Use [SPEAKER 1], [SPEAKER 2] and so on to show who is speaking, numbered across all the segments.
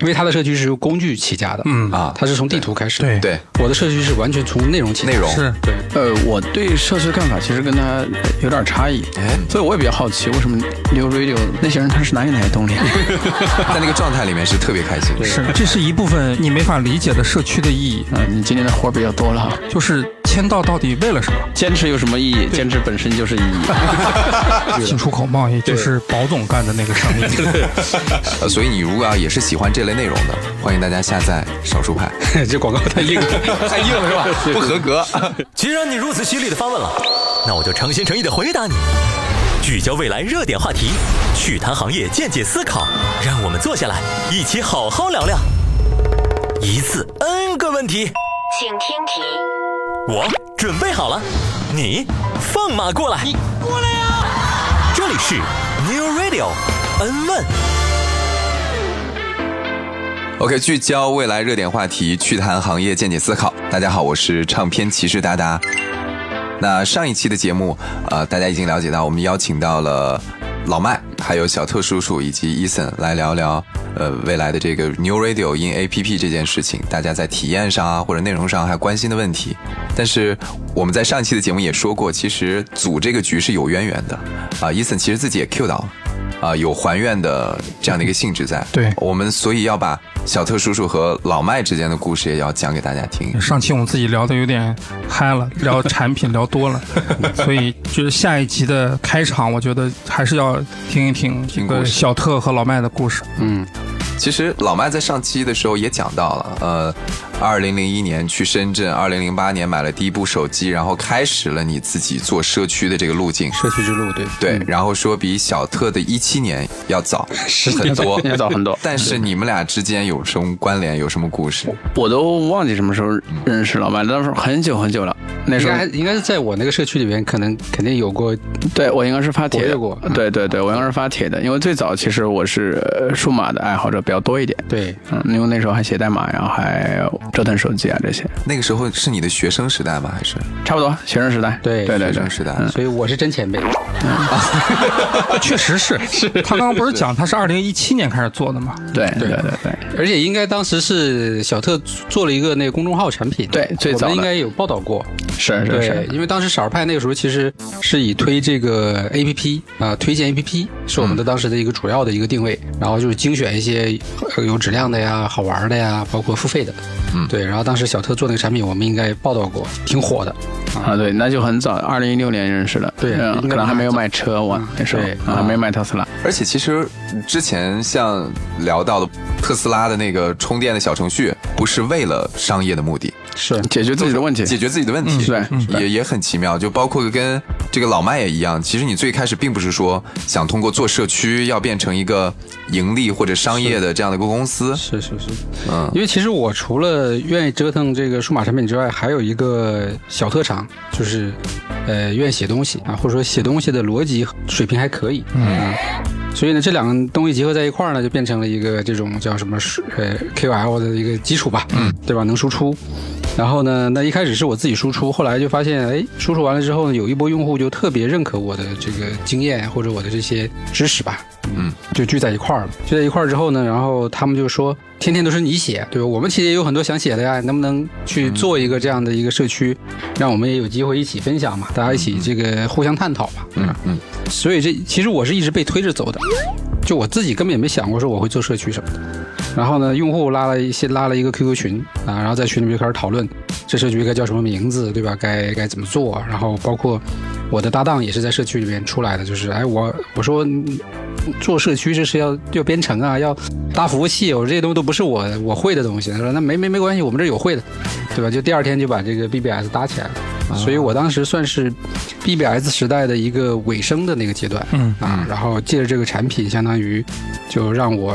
[SPEAKER 1] 因为他的社区是由工具起家的，
[SPEAKER 2] 嗯
[SPEAKER 1] 啊，他是从地图开始的。
[SPEAKER 2] 对
[SPEAKER 3] 对，
[SPEAKER 1] 我的社区是完全从内容起家的
[SPEAKER 3] 内容
[SPEAKER 2] 是
[SPEAKER 1] 对，
[SPEAKER 4] 呃，我对社区看法其实跟他有点差异，
[SPEAKER 3] 哎，
[SPEAKER 4] 所以我也比较好奇，为什么 New Radio 那些人他是哪里来的动 力？
[SPEAKER 3] 在那个状态里面是特别开心的，
[SPEAKER 2] 是，这是一部分你没法理解的社区的意义，
[SPEAKER 4] 啊、你今年的活儿比较多了哈，
[SPEAKER 2] 就是签到到底为了什么？
[SPEAKER 4] 坚持有什么意义？坚持本身就是意义。
[SPEAKER 2] 进出口贸易就是保总干的那个生意。
[SPEAKER 3] 呃，所以你如果要也是喜欢这类内容的，欢迎大家下载少数派，
[SPEAKER 1] 这广告太硬了，
[SPEAKER 3] 太硬了 是吧？不合格。
[SPEAKER 5] 既然你如此犀利的发问了，那我就诚心诚意的回答你。聚焦未来热点话题，趣谈行业见解思考，让我们坐下来一起好好聊聊。一次 N 个问题，
[SPEAKER 6] 请听题。
[SPEAKER 5] 我准备好了，你放马过来，你过来呀、这里是 New Radio N 问。
[SPEAKER 3] OK，聚焦未来热点话题，趣谈行业见解思考。大家好，我是唱片骑士达达。那上一期的节目，呃，大家已经了解到，我们邀请到了老麦，还有小特叔叔以及伊森来聊聊，呃，未来的这个 New Radio in APP 这件事情，大家在体验上啊，或者内容上还关心的问题。但是我们在上一期的节目也说过，其实组这个局是有渊源的，啊、伊森其实自己也 Q 到了。啊、有还愿的这样的一个性质在，
[SPEAKER 2] 对
[SPEAKER 3] 我们所以要把小特叔叔和老麦之间的故事也要讲给大家
[SPEAKER 4] 嗯
[SPEAKER 3] 听。
[SPEAKER 2] 上期我们自己聊的有点嗨了，聊产品聊多了，所以就是下一集的开场，我觉得还是要听一听这
[SPEAKER 3] 听故
[SPEAKER 2] 个
[SPEAKER 3] 事
[SPEAKER 2] 小特和老麦的故事。
[SPEAKER 3] 其实老麦在上期的时候也讲到了，呃，二零零一年去深圳，二零零八年买了第一部手机，然后开始了你自己做社区的这个路径。
[SPEAKER 1] 社区之路，对
[SPEAKER 3] 对，
[SPEAKER 4] 嗯
[SPEAKER 3] 然后说比小特的一七年要早很多，
[SPEAKER 4] 要早很多
[SPEAKER 3] 但是你们俩之间有什么关联？有什么故事？
[SPEAKER 4] 我都忘记什么时候认识老麦，那时候很久很久了。那
[SPEAKER 1] 应
[SPEAKER 4] 时候
[SPEAKER 1] 该应该是在我那个社区里边，可能肯定有过
[SPEAKER 4] 对我应该是发帖
[SPEAKER 1] 活跃
[SPEAKER 4] 的
[SPEAKER 1] 过，
[SPEAKER 3] 嗯
[SPEAKER 4] 对对对，我应该是发帖的，因为最早其实我是呃数码的爱好者比较多一点，
[SPEAKER 1] 对
[SPEAKER 4] 嗯，因为那时候还写代码，然后还折腾手机啊这些，
[SPEAKER 3] 那个时候是你的学生时代吗？还是
[SPEAKER 4] 差不多学生时代，
[SPEAKER 1] 对
[SPEAKER 4] 对对
[SPEAKER 3] 学
[SPEAKER 4] 对
[SPEAKER 3] 生，时
[SPEAKER 4] 嗯
[SPEAKER 3] 代？
[SPEAKER 1] 所以我是真前辈，
[SPEAKER 2] 确实是，他刚刚不是讲他是二零一七年开始做的吗？
[SPEAKER 4] 对对对对
[SPEAKER 1] 而且应该当时是小特做了一个那个公众号产品，
[SPEAKER 4] 对最早
[SPEAKER 1] 我
[SPEAKER 4] 的
[SPEAKER 1] 们应该有报道过，
[SPEAKER 4] 是是
[SPEAKER 1] 对
[SPEAKER 4] 是，，
[SPEAKER 1] 因为当时少儿派那个时候其实是以推这个 A P P 啊，推荐 A P P 是我们的当时的一个主要的一个定位，
[SPEAKER 4] 嗯
[SPEAKER 1] 然后就是精选一些呃有质量的呀、好玩的呀，包括付费的，
[SPEAKER 3] 嗯
[SPEAKER 1] 对，然后当时小特做那个产品，我们应该报道过，挺火的，
[SPEAKER 4] 啊对，那就很早，二零一六年认识的，
[SPEAKER 1] 对
[SPEAKER 4] 嗯
[SPEAKER 1] 应该比
[SPEAKER 4] 可能还没有
[SPEAKER 1] 较早
[SPEAKER 4] 买车我
[SPEAKER 3] 嗯
[SPEAKER 4] 那时候
[SPEAKER 1] 对
[SPEAKER 4] 啊还没买特斯拉，
[SPEAKER 3] 而且其实之前像聊到的特斯拉的那个充电的小程序，不是为了商业的目的，
[SPEAKER 1] 是
[SPEAKER 4] 解决自己的问题，
[SPEAKER 3] 解决自己的问题，
[SPEAKER 4] 嗯对嗯
[SPEAKER 3] 也也很奇妙。就包括跟这个老麦也一样，其
[SPEAKER 1] 嗯
[SPEAKER 3] 实你最开始并不是说想通过做社区要变成一个盈利或者商业的这样的一个公司，
[SPEAKER 1] 是是是，
[SPEAKER 3] 嗯
[SPEAKER 1] 因为其实我除了愿意折腾这个数码产品之外，还有一个小特长，就是呃，愿意写东西啊，或者说写东西的逻辑水平还可以，嗯。所以呢，这两个东西结合在一块儿呢，就变成了一个这种叫什么是呃 KOL 的一个基础吧，嗯，对吧？能输出。然后呢，那一开始是我自己输出，后来就发现，哎，输出完了之后呢，有一波用户就特别认可我的这个经验或者我的这些知识吧，就聚在一块儿了。聚在一块儿之后呢，然后他们就说，天天都是你写，对吧？我们其实也有很多想写的呀，能不能去做一个这样的一个社区，让我们也有机会一起分享嘛，大家一起这个互相探讨吧。
[SPEAKER 3] 嗯嗯，
[SPEAKER 1] 所以这其实我是一直被推着走的，就我自己根本也没想过说我会做社区什么的。然后呢，用户拉了一些拉了一个 QQ 群啊，然后在群里面就开始讨论这社区该叫什么名字，对吧？该该怎么做？然后包括我的搭档也是在社区里面出来的，就是哎，我我说嗯做社区这是要要编程啊，要搭服务器，我这些东西都不是我我会的东西。他说那没没没关系，我们这儿有会的，对吧？就第二天就把这个 BBS 搭起来了，啊所以我当时算是 BBS 时代的一个尾声的那个阶段，
[SPEAKER 2] 嗯
[SPEAKER 1] 啊，然后借着这个产品，相当于就让我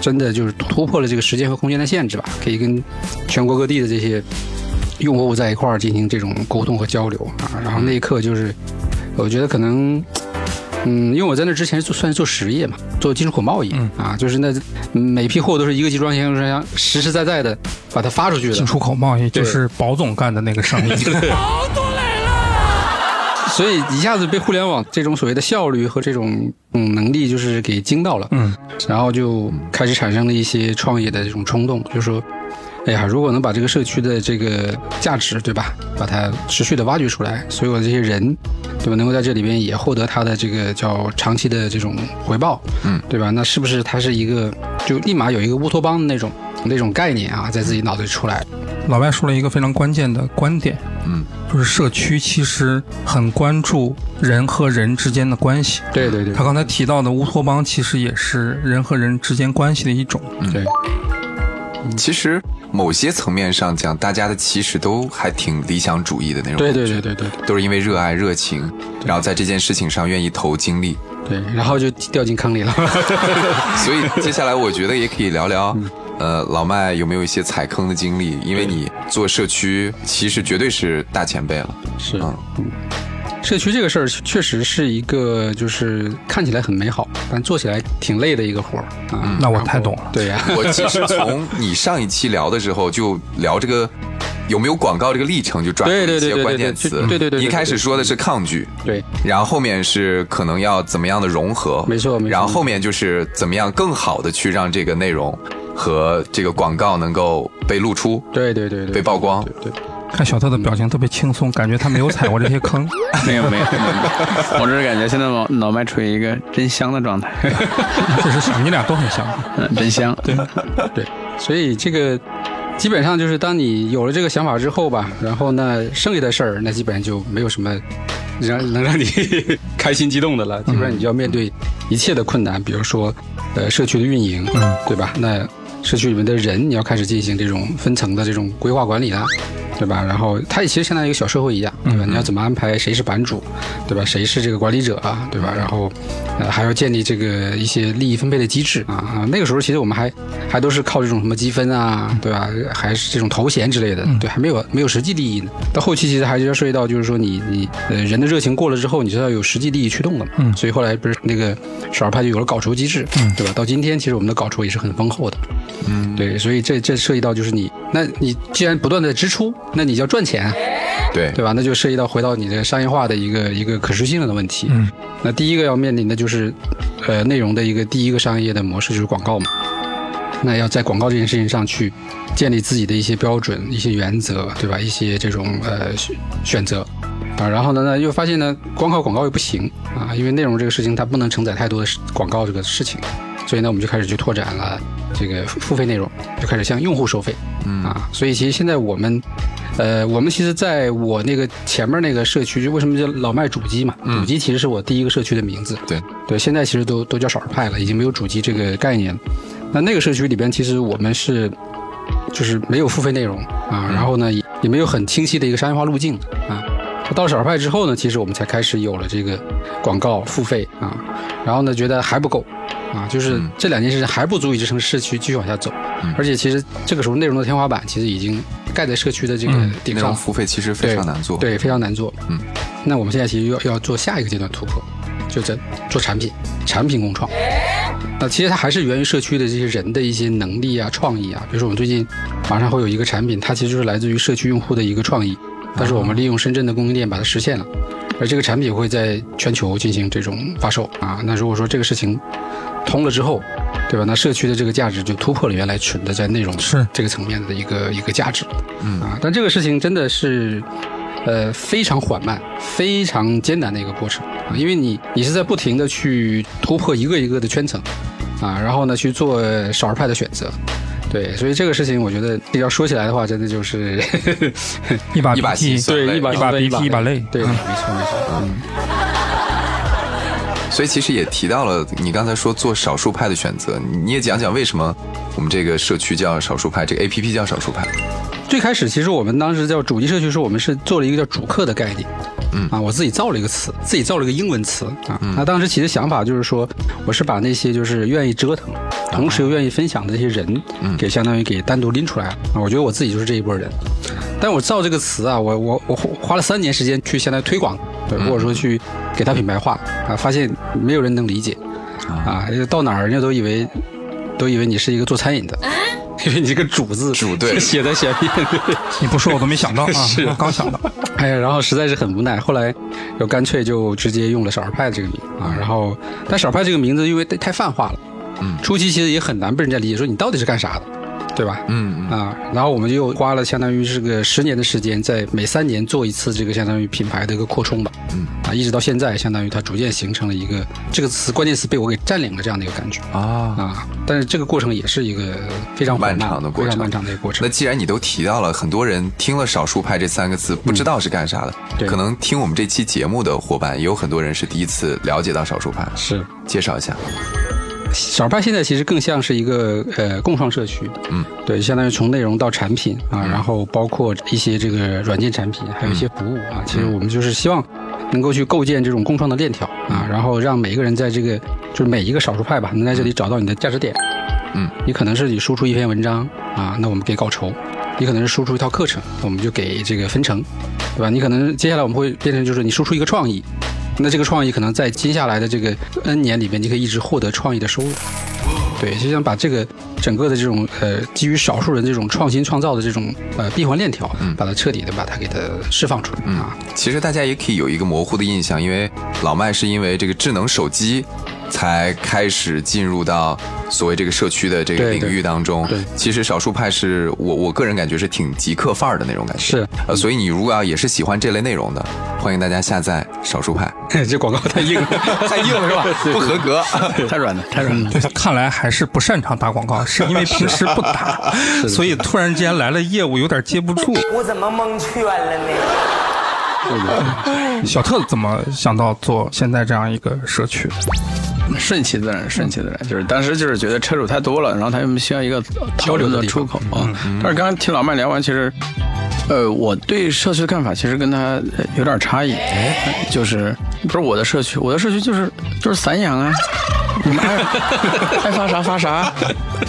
[SPEAKER 1] 真的就是突破了这个时间和空间的限制吧，可以跟全国各地的这些用户在一块儿进行这种沟通和交流啊。然后那一刻就是，我觉得可能。嗯，因为我在那之前做算是做实业嘛，做进出口贸易、
[SPEAKER 2] 嗯
[SPEAKER 1] 啊，就是那每批货都是一个集装箱，集装箱实实在在的把它发出去的
[SPEAKER 2] 进，出口贸易就是保总干的那个生意。
[SPEAKER 1] 所以一下子被互联网这种所谓的效率和这种嗯能力就是给惊到了，
[SPEAKER 2] 嗯，
[SPEAKER 1] 然后就开始产生了一些创业的这种冲动，就说，哎呀，如果能把这个社区的这个价值，对吧，把它持续的挖掘出来，所有的这些人，对吧，能够在这里边也获得他的这个叫长期的这种回报，
[SPEAKER 3] 嗯，
[SPEAKER 1] 对吧？那是不是它是一个就立马有一个乌托邦的那种那种概念啊，在自己脑子里出来？
[SPEAKER 2] 老外说了一个非常关键的观点，
[SPEAKER 3] 嗯，
[SPEAKER 2] 就是社区其实很关注人和人之间的关系。
[SPEAKER 1] 对对对
[SPEAKER 2] 他刚才提到的乌托邦，其实也是人和人之间关系的一种。
[SPEAKER 1] 对，
[SPEAKER 3] 其实某些层面上讲，大家的其实都还挺理想主义的那种，
[SPEAKER 1] 对对对对对。
[SPEAKER 3] 都是因为热爱热情，然后在这件事情上愿意投精力。
[SPEAKER 1] 对，然后就掉进坑里了。
[SPEAKER 3] 所以接下来我觉得也可以聊聊，
[SPEAKER 1] 嗯
[SPEAKER 3] 呃，老麦有没有一些踩坑的经历？因为你做社区，其实绝对是大前辈了。
[SPEAKER 1] 是
[SPEAKER 3] 嗯
[SPEAKER 1] 社区这个事儿确实是一个，就是看起来很美好，但做起来挺累的一个活儿啊。
[SPEAKER 2] 嗯那我
[SPEAKER 1] 然后
[SPEAKER 2] 太懂了
[SPEAKER 1] 对呀、
[SPEAKER 3] 我其实从你上一期聊的时候就聊这个有没有广告这个历程，就转入
[SPEAKER 1] 对
[SPEAKER 3] 一
[SPEAKER 1] 对对
[SPEAKER 3] 些
[SPEAKER 1] 对
[SPEAKER 3] 关
[SPEAKER 1] 对
[SPEAKER 3] 键
[SPEAKER 1] 对
[SPEAKER 3] 词。
[SPEAKER 1] 对对对对
[SPEAKER 3] 一开
[SPEAKER 1] 对
[SPEAKER 3] 始
[SPEAKER 1] 对
[SPEAKER 3] 说的是抗拒，
[SPEAKER 1] 对，
[SPEAKER 3] 然后后面是可能要怎么样的融合，
[SPEAKER 1] 没错没错
[SPEAKER 3] 然后后面就是怎么样更好的去让这个内容和这个广告能够被露出、
[SPEAKER 1] 对对对对，
[SPEAKER 3] 被曝光。
[SPEAKER 1] 对对，
[SPEAKER 2] 看小特的表情特别轻松，感觉他没有踩过这些 坑。
[SPEAKER 4] 没有没有，没有我只是感觉现在脑脑麦处于一个真香的状态，
[SPEAKER 2] 确实是，你俩都很像。
[SPEAKER 4] 嗯，真香。 对，
[SPEAKER 1] 对，所以这个基本上就是当你有了这个想法之后吧，然后那剩下的事儿，那基本上就没有什么让 能让你开心激动的了。基本上你就要面对一切的困难，比如说呃社区的运营，
[SPEAKER 2] 嗯
[SPEAKER 1] 对吧？那社区里面的人，你要开始进行这种分层的这种规划管理了。对吧？然后它也其实相当于一个小社会一样，对吧？你要怎么安排谁是版主，对吧？谁是这个管理者啊，对吧？然后，呃，还要建立这个一些利益分配的机制啊啊。那个时候其实我们还还都是靠这种什么积分啊，对吧？还是这种头衔之类的，对，还没有没有实际利益呢。到后期其实还是要涉及到，就是说你你呃人的热情过了之后，你就要有实际利益驱动的嘛。
[SPEAKER 2] 嗯
[SPEAKER 1] 所以后来不是那个少儿派就有了稿酬机制，对吧？到今天其实我们的稿酬也是很丰厚的。
[SPEAKER 3] 嗯，
[SPEAKER 1] 对，所以这这涉及到就是你，那你既然不断的支出，那你就要赚钱啊，
[SPEAKER 3] 对
[SPEAKER 1] 对吧？那就涉及到回到你的商业化的一个一个可持续性的问题。
[SPEAKER 2] 嗯，
[SPEAKER 1] 那第一个要面临的就是，呃，内容的一个第一个商业的模式就是广告嘛。那要在广告这件事情上去建立自己的一些标准、一些原则，对吧？一些这种呃选选择啊，然后呢，那又发现呢，光靠广告又不行啊，因为内容这个事情它不能承载太多的事广告这个事情，所以呢，我们就开始去拓展了这个付付费内容，就开始向用户收费，嗯啊，所以其实现在我们。呃，我们其实在我那个前面那个社区，就为什么叫老麦主机嘛？主机其实是我第一个社区的名字。
[SPEAKER 3] 嗯对
[SPEAKER 1] 对，现在其实都都叫少儿派了，已经没有主机这个概念了。那那个社区里边，其实我们是就是没有付费内容啊，
[SPEAKER 3] 嗯
[SPEAKER 1] 然后呢也也没有很清晰的一个商业化路径啊。到了少儿派之后呢，其实我们才开始有了这个广告付费啊，然后呢觉得还不够啊，就是
[SPEAKER 3] 嗯
[SPEAKER 1] 这两件事情还不足以支撑社区继续往下走，
[SPEAKER 3] 嗯
[SPEAKER 1] 而且其实这个时候内容的天花板其实已经盖在社区的这个
[SPEAKER 2] 嗯
[SPEAKER 1] 顶
[SPEAKER 3] 内
[SPEAKER 1] 上
[SPEAKER 3] 容
[SPEAKER 1] 了，
[SPEAKER 3] 付费其实非
[SPEAKER 1] 对
[SPEAKER 3] 常难做。
[SPEAKER 1] 对，非常难做。
[SPEAKER 3] 嗯，
[SPEAKER 1] 那我们现在其实要要做下一个阶段突破，就在做产品，产品共创。那其实它还是源于社区的这些人的一些能力啊、创意啊。比如说我们最近马上会有一个产品，它其实就是来自于社区用户的一个创意，但是我们利用深圳的供应链把它实现了。而这个产品会在全球进行这种发售啊。那如果说这个事情通了之后，对吧？那社区的这个价值就突破了原来存的在内容
[SPEAKER 2] 是
[SPEAKER 1] 这个层面的一个一个价值，嗯啊。但这个事情真的是，呃，非常缓慢、非常艰难的一个过程啊，因为你你是在不停的去突破一个一个的圈层啊，然后呢去做少儿派的选择。对，所以这个事情，我觉得要说起来的话，真的就是
[SPEAKER 2] 一把
[SPEAKER 3] 一把
[SPEAKER 2] 鼻
[SPEAKER 3] 辛酸
[SPEAKER 2] 涕，
[SPEAKER 3] 对
[SPEAKER 1] 一把
[SPEAKER 2] 一把鼻涕一把泪
[SPEAKER 1] 对，
[SPEAKER 2] 嗯
[SPEAKER 1] 没错没错，嗯，
[SPEAKER 3] 所以其实也提到了你刚才说做少数派的选择，你也讲讲为什么我们这个社区叫少数派，这个 A P P 叫少数派。
[SPEAKER 1] 最开始，其实我们当时叫主机社区时候，我们是做了一个叫主客的概念。
[SPEAKER 3] 嗯
[SPEAKER 1] 啊，我自己造了一个词，自己造了一个英文词啊。那当时其实想法就是说，我是把那些就是愿意折腾，
[SPEAKER 3] 啊
[SPEAKER 1] 同时又愿意分享的这些人，
[SPEAKER 3] 嗯
[SPEAKER 1] 给相当于给单独拎出来了啊。我觉得我自己就是这一波人。但我造这个词啊，我我我花了三年时间去现在推广，对，
[SPEAKER 3] 嗯
[SPEAKER 1] 或者说去给它品牌化啊，发现没有啊人能理解啊，到哪儿人家都以为都以为你是一个做餐饮的。 因为你这个“主”字，
[SPEAKER 3] 主对
[SPEAKER 1] 写在前面。
[SPEAKER 2] 你不说我都没 想到啊，
[SPEAKER 1] 是
[SPEAKER 2] 我刚想到。
[SPEAKER 1] 哎呀，然后实在是很无奈，后来就干脆就直接用了少儿派这个名啊。然后，但少儿派这个名字因为太太泛化了，
[SPEAKER 3] 嗯
[SPEAKER 1] 初期其实也很难被人家理解，说你到底是干啥的，对吧？
[SPEAKER 3] 嗯嗯
[SPEAKER 1] 啊，然后我们就花了相当于是个十年的时间，在每三年做一次这个相当于品牌的一个扩充吧，
[SPEAKER 3] 嗯
[SPEAKER 1] 啊，一直到现在，相当于它逐渐形成了一个这个词关键词被我给占领了这样的一个感觉
[SPEAKER 3] 啊。
[SPEAKER 1] 啊，但是这个过程也是一个非常缓
[SPEAKER 3] 漫
[SPEAKER 1] 慢
[SPEAKER 3] 长的过程
[SPEAKER 1] 非常漫长的一个过程
[SPEAKER 3] 那。既然你都提到了，很多人听了“少数派”这三个字不知道是干啥的，
[SPEAKER 1] 对
[SPEAKER 3] 可能听我们这期节目的伙伴也有很多人是第一次了解到少数派。
[SPEAKER 1] 是
[SPEAKER 3] 介绍一下，
[SPEAKER 1] 少儿派现在其实更像是一个呃共创社区，
[SPEAKER 3] 嗯，
[SPEAKER 1] 对，相当于从内容到产品啊，然后包括一些这个软件产品，还有一些服务啊，其实我们就是希望能够去构建这种共创的链条啊，然后让每个人在这个就是每一个少数派吧，能在这里找到你的价值点。
[SPEAKER 3] 嗯，
[SPEAKER 1] 你可能是你输出一篇文章啊，那我们给稿酬；你可能是输出一套课程，那我们就给这个分成，对吧？你可能接下来我们会变成就是你输出一个创意，那这个创意可能在接下来的这个 N 年里面，你可以一直获得创意的收入。对，就想把这个整个的这种呃，基于少数人这种创新创造的这种呃闭环链条，把它彻底的把它给它释放出来、
[SPEAKER 3] 嗯
[SPEAKER 1] 啊。
[SPEAKER 3] 其实大家也可以有一个模糊的印象，因为老麦是因为这个智能手机才开始进入到所谓这个社区的这个
[SPEAKER 1] 对
[SPEAKER 3] 领域当中。
[SPEAKER 1] 对
[SPEAKER 3] 其实少数派是我我个人感觉是挺极客范儿的那种感觉。
[SPEAKER 1] 是，嗯
[SPEAKER 3] 呃，所以你如果要也是喜欢这类内容的，欢迎大家下载少数派。
[SPEAKER 1] 这广告太硬了，
[SPEAKER 3] 太硬了是吧？不合格。
[SPEAKER 4] 太软了，太软了。
[SPEAKER 2] 对，看来还是不擅长打广 告，是因为平时不打，所以突然之间来了业务有点接不住。
[SPEAKER 6] 我怎么蒙圈了呢？
[SPEAKER 2] 小特怎么想到做现在这样一个社区？
[SPEAKER 4] 顺其自然，顺其自然，就是当时就是觉得车主太多了，然后他又需要一个交流的出口啊。但是刚刚听老麦聊完，其实，呃，我对社区的看法其实跟他呃有点差异，呃就是不是我的社区，我的社区就是就是散养啊，你们爱爱发啥发啥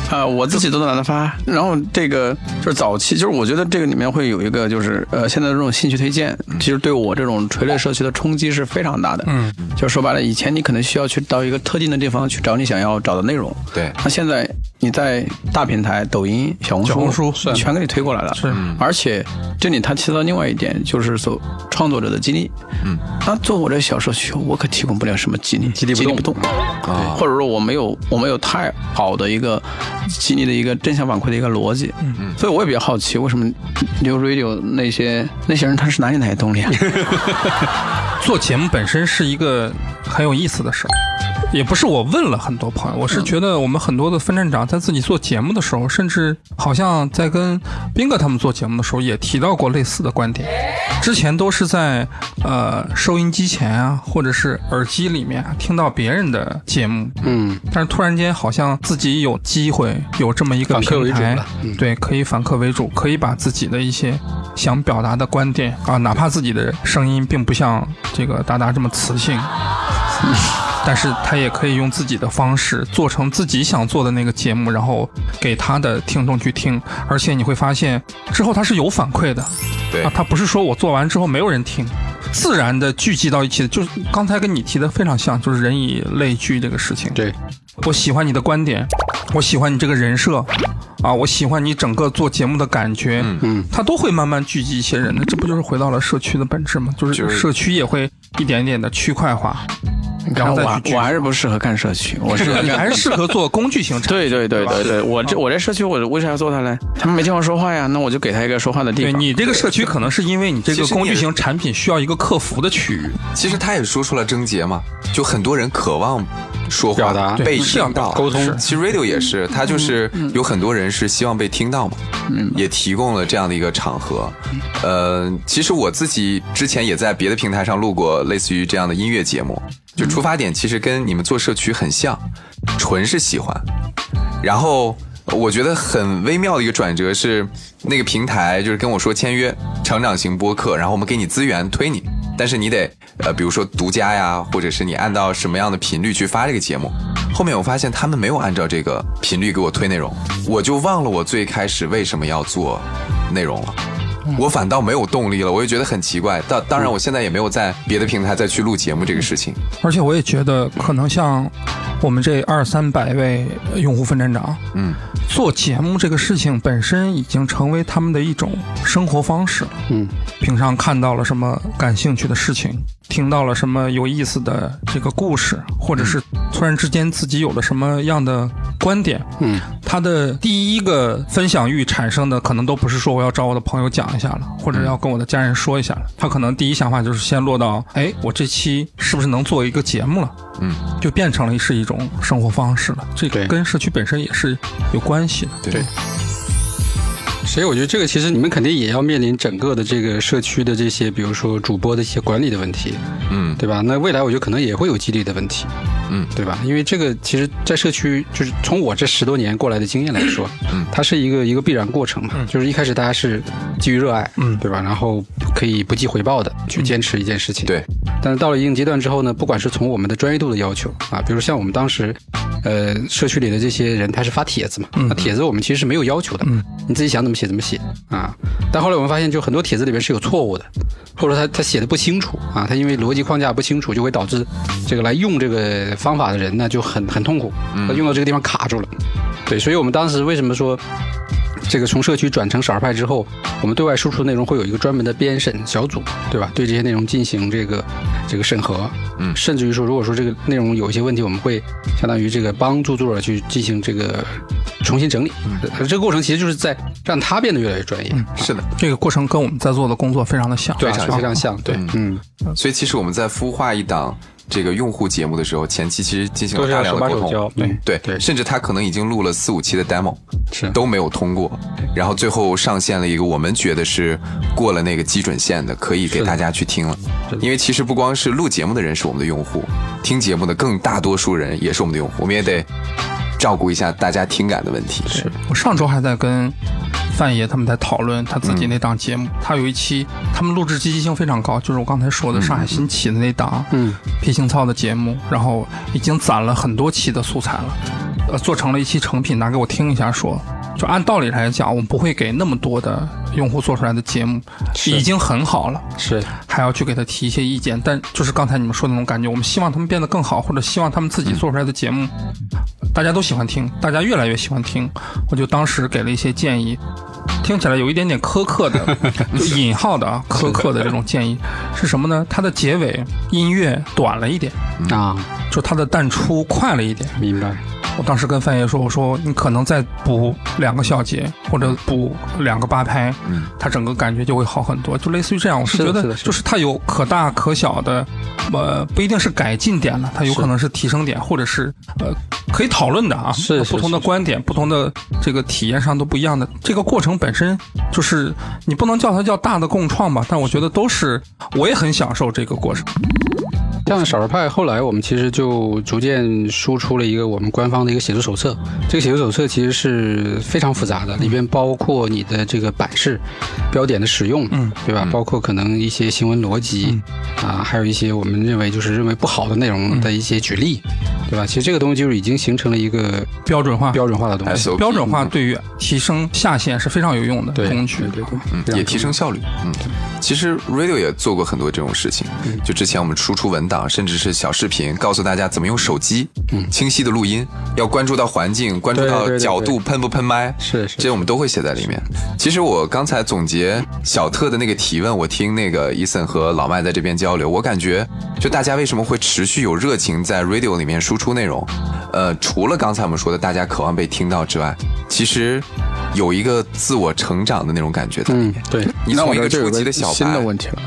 [SPEAKER 4] 啊、我自己都懒得发。然后这个就是早期，就是我觉得这个里面会有一个就是呃，现在这种兴趣推荐，其实对我这种垂类社区的冲击是非常大的。
[SPEAKER 2] 嗯，
[SPEAKER 4] 就说白了，以前你可能需要去到一个特定的地方去找你想要找的内容，
[SPEAKER 3] 对
[SPEAKER 4] 那现在你在大平台抖音、小红书、
[SPEAKER 2] 小红书是
[SPEAKER 4] 全给你推过来了，
[SPEAKER 2] 是嗯
[SPEAKER 4] 而且这里他提到另外一点，就是所创作者的激励。
[SPEAKER 3] 嗯，
[SPEAKER 4] 那做我这小社区，我可提供不了什么激励，激励不动，
[SPEAKER 3] 啊
[SPEAKER 4] 对或者说我没有我没有太好的一个激励的一个正向反馈的一个逻辑。嗯嗯，所以我也比较好奇，为什么 New Radio 那些那些人他是哪里来的动力 啊？
[SPEAKER 2] 做节目本身是一个很有意思的事儿，也不是我问了很多朋友，我是觉得我们很多的分站长在自己做节目的时候，甚至好像在跟斌哥他们做节目的时候也提到过类似的观点。之前都是在呃收音机前啊，或者是耳机里面、啊、听到别人的节目，
[SPEAKER 1] 嗯，
[SPEAKER 2] 但是突然间好像自己有机会有这么一个
[SPEAKER 1] 反客为
[SPEAKER 2] 平
[SPEAKER 1] 主
[SPEAKER 2] 台
[SPEAKER 1] 了，嗯
[SPEAKER 2] 对，可以反客为主，可以把自己的一些想表达的观点啊，哪怕自己的声音并不像这个达达这么磁 性。但是他也可以用自己的方式做成自己想做的那个节目，然后给他的听众去听，而且你会发现之后他是有反馈的，
[SPEAKER 3] 对
[SPEAKER 2] 啊，他不是说我做完之后没有人听，自然的聚集到一起，就是刚才跟你提的非常像，就是人以类聚这个事情。
[SPEAKER 1] 对，
[SPEAKER 2] 我喜欢你的观点，我喜欢你这个人设，啊，我喜欢你整个做节目的感觉，
[SPEAKER 3] 嗯
[SPEAKER 1] 嗯，
[SPEAKER 2] 它都会慢慢聚集一些人的，这不就是回到了社区的本质吗？就是
[SPEAKER 3] 就是
[SPEAKER 2] 社区也会一点一点的区块化，然后
[SPEAKER 4] 我啊
[SPEAKER 2] 再去聚
[SPEAKER 4] 我还是不适合干社区，我适合
[SPEAKER 2] 你
[SPEAKER 4] 干
[SPEAKER 2] 还是适合做工具型产
[SPEAKER 4] 对
[SPEAKER 2] 品。
[SPEAKER 4] 对对
[SPEAKER 2] 吧
[SPEAKER 4] 对对，我
[SPEAKER 3] 嗯
[SPEAKER 4] 这我这社区我为啥要做它嘞？他们没地方说话呀，那我就给他一个说话的地
[SPEAKER 2] 对
[SPEAKER 4] 方。
[SPEAKER 2] 你这个社区可能是因为你这
[SPEAKER 3] 其
[SPEAKER 2] 个
[SPEAKER 3] 实
[SPEAKER 2] 工具
[SPEAKER 3] 你
[SPEAKER 2] 型产品需要一个客服的区域，
[SPEAKER 3] 其实他也说出了症结嘛，就很多人渴望说话、
[SPEAKER 1] 表达
[SPEAKER 3] 被
[SPEAKER 2] 对是要
[SPEAKER 3] 听到、
[SPEAKER 1] 沟通
[SPEAKER 3] 是其实 radio 也是，他就是有很多人是希望被听到嘛，也提供了这样的一个场合。呃，其实我自己之前也在别的平台上录过类似于这样的音乐节目，就出发点其实跟你们做社区很像，纯是喜欢。然后我觉得很微妙的一个转折是，那个平台就是跟我说签约成长型播客，然后我们给你资源推你，但是你得呃，比如说独家呀，或者是你按到什么样的频率去发这个节目。后面我发现他们没有按照这个频率给我推内容，我就忘了我最开始为什么要做内容了。我反倒没有动力了，我就觉得很奇怪。当当然，我现在也没有在别的平台再去录节目这个事情。
[SPEAKER 2] 而且我也觉得，可能像我们这二三百位用户分站长，
[SPEAKER 3] 嗯，
[SPEAKER 2] 做节目这个事情本身已经成为他们的一种生活方式了。
[SPEAKER 1] 嗯，
[SPEAKER 2] 平常看到了什么感兴趣的事情，听到了什么有意思的这个故事，或者是突然之间自己有了什么样的观点，
[SPEAKER 1] 嗯，
[SPEAKER 2] 他的第一个分享欲产生的，可能都不是说我要找我的朋友讲一下了，或
[SPEAKER 1] 嗯
[SPEAKER 2] 者要跟我的家人说一下了，他可能第一想法就是先落到，哎，我这期是不是能做一个节目了？
[SPEAKER 3] 嗯，
[SPEAKER 2] 就变成了是一种生活方式了。这个
[SPEAKER 1] 对
[SPEAKER 2] 跟社区本身也是有关系的。
[SPEAKER 3] 对，
[SPEAKER 1] 所以我觉得这个其实你们肯定也要面临整个的这个社区的这些，比如说主播的一些管理的问题，
[SPEAKER 3] 嗯
[SPEAKER 1] 对吧？那未来我觉得可能也会有激励的问题，
[SPEAKER 3] 嗯，
[SPEAKER 1] 对吧？因为这个其实，在社区就是从我这十多年过来的经验来说，
[SPEAKER 3] 嗯
[SPEAKER 1] 它是一个一个必然过程嘛，就是一开始大家是基于热爱，
[SPEAKER 2] 嗯
[SPEAKER 1] 对吧？然后可以不计回报的去坚持一件事情，
[SPEAKER 3] 嗯对。
[SPEAKER 1] 但是到了一定阶段之后呢，不管是从我们的专业度的要求啊，比如像我们当时，呃，社区里的这些人他是发帖子嘛，那帖子我们其实是没有要求的，
[SPEAKER 2] 嗯
[SPEAKER 1] 你自己想怎么写怎么写啊。但后来我们发现，就很多帖子里面是有错误的，或者说他他写的不清楚啊，他因为逻辑框架不清楚，就会导致这个来用这个方法的人呢就很很痛苦，他用到这个地方卡住了。对，所以我们当时为什么说这个从社区转成少儿派之后，我们对外输出的内容会有一个专门的编审小组，对吧？对这些内容进行这个这个审核，
[SPEAKER 3] 嗯
[SPEAKER 1] 甚至于说，如果说这个内容有一些问题，我们会相当于这个帮助作者去进行这个重新整理。
[SPEAKER 3] 嗯
[SPEAKER 1] 呃这个过程其实就是在让他变得越来越专业，
[SPEAKER 3] 是的。
[SPEAKER 2] 这个过程跟我们在做的工作非常的像，
[SPEAKER 1] 对、啊，
[SPEAKER 3] 嗯非常
[SPEAKER 1] 非常像，对，嗯，
[SPEAKER 3] 所以其实我们在孵化一档这个用户节目的时候，前期其实进行
[SPEAKER 1] 都
[SPEAKER 3] 了
[SPEAKER 1] 是
[SPEAKER 3] 大
[SPEAKER 1] 要
[SPEAKER 3] 量
[SPEAKER 1] 手
[SPEAKER 3] 的
[SPEAKER 1] 把
[SPEAKER 3] 沟
[SPEAKER 1] 手教
[SPEAKER 3] 通，，
[SPEAKER 1] 对
[SPEAKER 3] 对，
[SPEAKER 1] 对
[SPEAKER 3] 甚至他可能已经录了四五期的 demo，
[SPEAKER 1] 是
[SPEAKER 3] 都没有通过，然后最后上线了一个我们觉得是过了那个基准线的，可以给
[SPEAKER 1] 是的
[SPEAKER 3] 大家去听了
[SPEAKER 1] 是。的
[SPEAKER 3] 因为其实不光是录节目的人是我们的用户，听节目的更大多数人也是我们的用户，我们也得照顾一下大家听感的问题。是，
[SPEAKER 2] 我上周还在跟范爷他们在讨论他
[SPEAKER 1] 嗯
[SPEAKER 2] 自己那档节目，他有一期他们录制积极性非常高，就是我刚才说的上海新起的那档
[SPEAKER 1] 嗯
[SPEAKER 2] 撇清操的节目，然后已经攒了很多期的素材了，呃，做成了一期成品拿给我听一下说。就按道理来讲，我们不会给那么多的用户做出来的节目，
[SPEAKER 1] 是
[SPEAKER 2] 已经很好了。
[SPEAKER 1] 是
[SPEAKER 2] 还要去给他提一些意见，但就是刚才你们说的那种感觉，我们希望他们变得更好，或者希望他们自己做出来的节目，大家都喜欢听，大家越来越喜欢听。我就当时给了一些建议，听起来有一点点苛刻的， 就引号的啊，苛刻的这种建议是什么呢？它的结尾音乐短了一点，
[SPEAKER 3] 嗯
[SPEAKER 1] 啊，
[SPEAKER 2] 就它的淡出快了一点。
[SPEAKER 1] 明白，
[SPEAKER 2] 我当时跟范爷说，我说你可能再补两个小节，或者补两个八拍，
[SPEAKER 3] 嗯，
[SPEAKER 2] 它整个感觉就会好很多，就类似于这样。我是
[SPEAKER 1] 是
[SPEAKER 2] 觉
[SPEAKER 1] 的是
[SPEAKER 2] 得，
[SPEAKER 1] 的是的
[SPEAKER 2] 就是它有可大可小的，呃，不一定是改进点了，它有
[SPEAKER 1] 是
[SPEAKER 2] 可能是提升点，或者是呃可以讨论的啊，
[SPEAKER 1] 是是
[SPEAKER 2] 不同的
[SPEAKER 1] 是
[SPEAKER 2] 观点、不同的这个体验上都不一样的。这个过程本身就是你不能叫它叫大的共创吧，但我觉得都是，我也很享受这个过程。
[SPEAKER 1] 像少儿派，后来我们其实就逐渐输出了一个我们官方的一个写作手册。这个写作手册其实是非常复杂的，里边包括你的这个版式、标点的使用，
[SPEAKER 2] 嗯，
[SPEAKER 1] 对吧？
[SPEAKER 3] 嗯
[SPEAKER 1] 包括可能一些行文逻辑啊，还有一些我们认为就是认为不好的内容的一些举例，对吧？其实这个东西就是已经形成了一个
[SPEAKER 2] 标准化，
[SPEAKER 1] 标准化的东西，
[SPEAKER 3] SOP
[SPEAKER 2] 标准化对于提升下限是非常有用的
[SPEAKER 1] 对
[SPEAKER 2] 工具。
[SPEAKER 1] 对对对
[SPEAKER 3] 嗯，也提升效率。嗯，其实 Radio 也做过很多这种事情。
[SPEAKER 1] 嗯
[SPEAKER 3] 就之前我们输出文档，甚至是小视频，告诉大家怎么用手机，
[SPEAKER 1] 嗯
[SPEAKER 3] 清晰的录音，要关注到环境，关注
[SPEAKER 1] 对
[SPEAKER 3] 到
[SPEAKER 1] 对对
[SPEAKER 3] 角度，喷不喷麦，
[SPEAKER 1] 是是
[SPEAKER 3] 这些我们都会写在里面。其实我刚才总结小特的那个提问，我听那个伊森和老麦在这边交流，我感觉就大家为什么会持续有热情在 Radio 里面输出内容，呃，除了刚才我们说的大家渴望被听到之外，其实有一个自我成长的那种感觉在里
[SPEAKER 1] 嗯
[SPEAKER 3] 面。，
[SPEAKER 1] 对，
[SPEAKER 3] 你
[SPEAKER 4] 嗯那
[SPEAKER 3] 从
[SPEAKER 4] 我
[SPEAKER 3] 一
[SPEAKER 4] 这
[SPEAKER 3] 个
[SPEAKER 4] 就有
[SPEAKER 3] 初级
[SPEAKER 4] 个
[SPEAKER 3] 的小白，
[SPEAKER 4] 新的问 题了，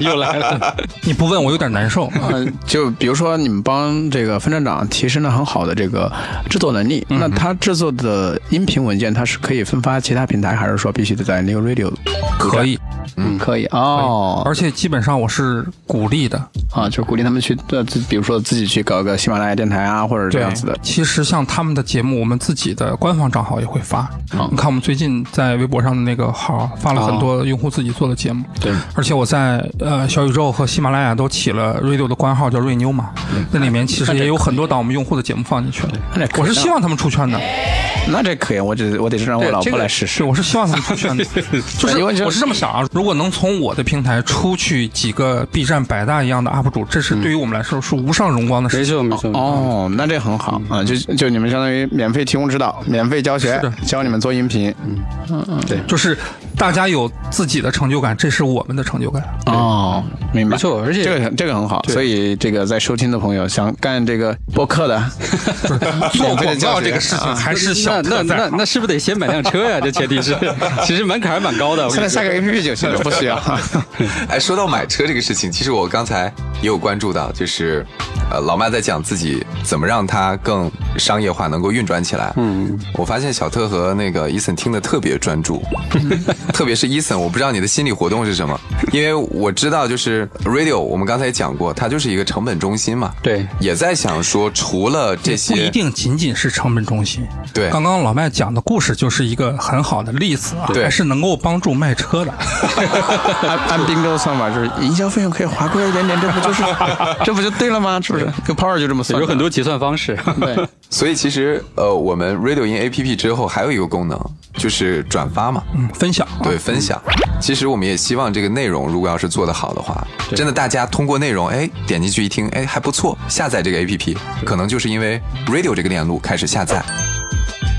[SPEAKER 1] 又来了，
[SPEAKER 2] 你不问我有点难受。啊
[SPEAKER 4] 呃，
[SPEAKER 3] 嗯
[SPEAKER 4] 就比如说你们帮这个分站长提升了很好的这个制作能
[SPEAKER 3] 嗯
[SPEAKER 4] 力，那他制作的音频文件，他是可以分发其他平台，还是说必须得在 New Radio？
[SPEAKER 2] 可以，
[SPEAKER 4] 嗯，可以哦，
[SPEAKER 2] 而且基本上我是鼓励的，
[SPEAKER 4] 啊，就鼓励他们去，呃，自比如说自己去搞个喜马拉雅电台啊，或者这样子的。
[SPEAKER 2] 其实像他们的节目，我们自己的官方账号也会发。你看，我们最近在微博上的那个号发了很多用户自己做的节目。
[SPEAKER 1] 对，
[SPEAKER 2] 而且我在呃小宇宙和喜马拉雅都起了 radio 的官号，叫瑞妞嘛。
[SPEAKER 4] 嗯
[SPEAKER 2] 那里面其实也有很多档我们用户的节目放进去了。
[SPEAKER 4] 那可以
[SPEAKER 2] 我是希望他们出圈的，
[SPEAKER 4] 那这可以，我得我得让我老
[SPEAKER 1] 这
[SPEAKER 4] 婆
[SPEAKER 1] 个
[SPEAKER 4] 来试试
[SPEAKER 2] 对，。我是希望他们出圈的，就是
[SPEAKER 4] 因为这
[SPEAKER 2] 我是这么想啊。如果能从我的平台出去几个 B 站百大一样的 UP 主，这
[SPEAKER 4] 嗯
[SPEAKER 2] 是对于我们来说是无上荣光的事
[SPEAKER 1] 没
[SPEAKER 2] 情。
[SPEAKER 1] 错没错。
[SPEAKER 4] 哦，那这很好啊，就就你们相当于免费提供指导，免费教学
[SPEAKER 2] 是的，
[SPEAKER 4] 教你们做音频。
[SPEAKER 2] 就是大家有自己的成就感，这是我们的成就感。
[SPEAKER 4] 哦，明白，
[SPEAKER 1] 没错而且
[SPEAKER 4] 这个很这个很好，所以这个在收听的朋友想干这个播客 的，
[SPEAKER 2] 做
[SPEAKER 4] 免费的
[SPEAKER 2] 广
[SPEAKER 4] 教
[SPEAKER 2] 告
[SPEAKER 4] 学
[SPEAKER 2] 这个事情
[SPEAKER 4] 啊
[SPEAKER 2] 还是小
[SPEAKER 1] 那那
[SPEAKER 2] 特在啊
[SPEAKER 1] 那那是不是得先买辆车呀？这前提是，其实门槛还蛮高的。我跟
[SPEAKER 4] 现
[SPEAKER 1] 你
[SPEAKER 4] 在下
[SPEAKER 1] 说
[SPEAKER 4] 个 A P P 就行了，不 需要。
[SPEAKER 3] 哎，说到买车这个事情，其实我刚才也有关注到，就是，呃，老妈在讲自己怎么让它更商业化，能够运转起来。嗯，我发现小特和那个伊森听得特别专注， 特别是伊森，我不知道你的心理活动是什么，因为我知道就是 radio，我们刚才也讲过，它就是一个成本中心嘛。
[SPEAKER 1] 对
[SPEAKER 3] 也在想说，除了
[SPEAKER 2] 不
[SPEAKER 3] 这
[SPEAKER 2] 一
[SPEAKER 3] 些，
[SPEAKER 2] 定仅仅是成本中心。
[SPEAKER 3] 对
[SPEAKER 2] 刚刚老麦讲的故事就是一个很好的例子啊，
[SPEAKER 3] 对
[SPEAKER 2] 还是能够帮助卖车的。
[SPEAKER 4] 按按滨州算法，就是营销费用可以划归一点点，这不就是这不就对了吗？是不是？跟 Power 就这么算的，
[SPEAKER 1] 有很多结算方式。
[SPEAKER 4] 对。
[SPEAKER 3] 所以其实呃，我们 radio in APP 之后还有一个功能就是转发嘛。
[SPEAKER 2] 嗯，分享啊
[SPEAKER 3] 对，分享。其实我们也希望这个内容，如果要是做得好的话，真的大家通过内容，哎，点进去一听，哎，还不错，下载这个 APP，可能就是因为 Radio 这个链路开始下 载，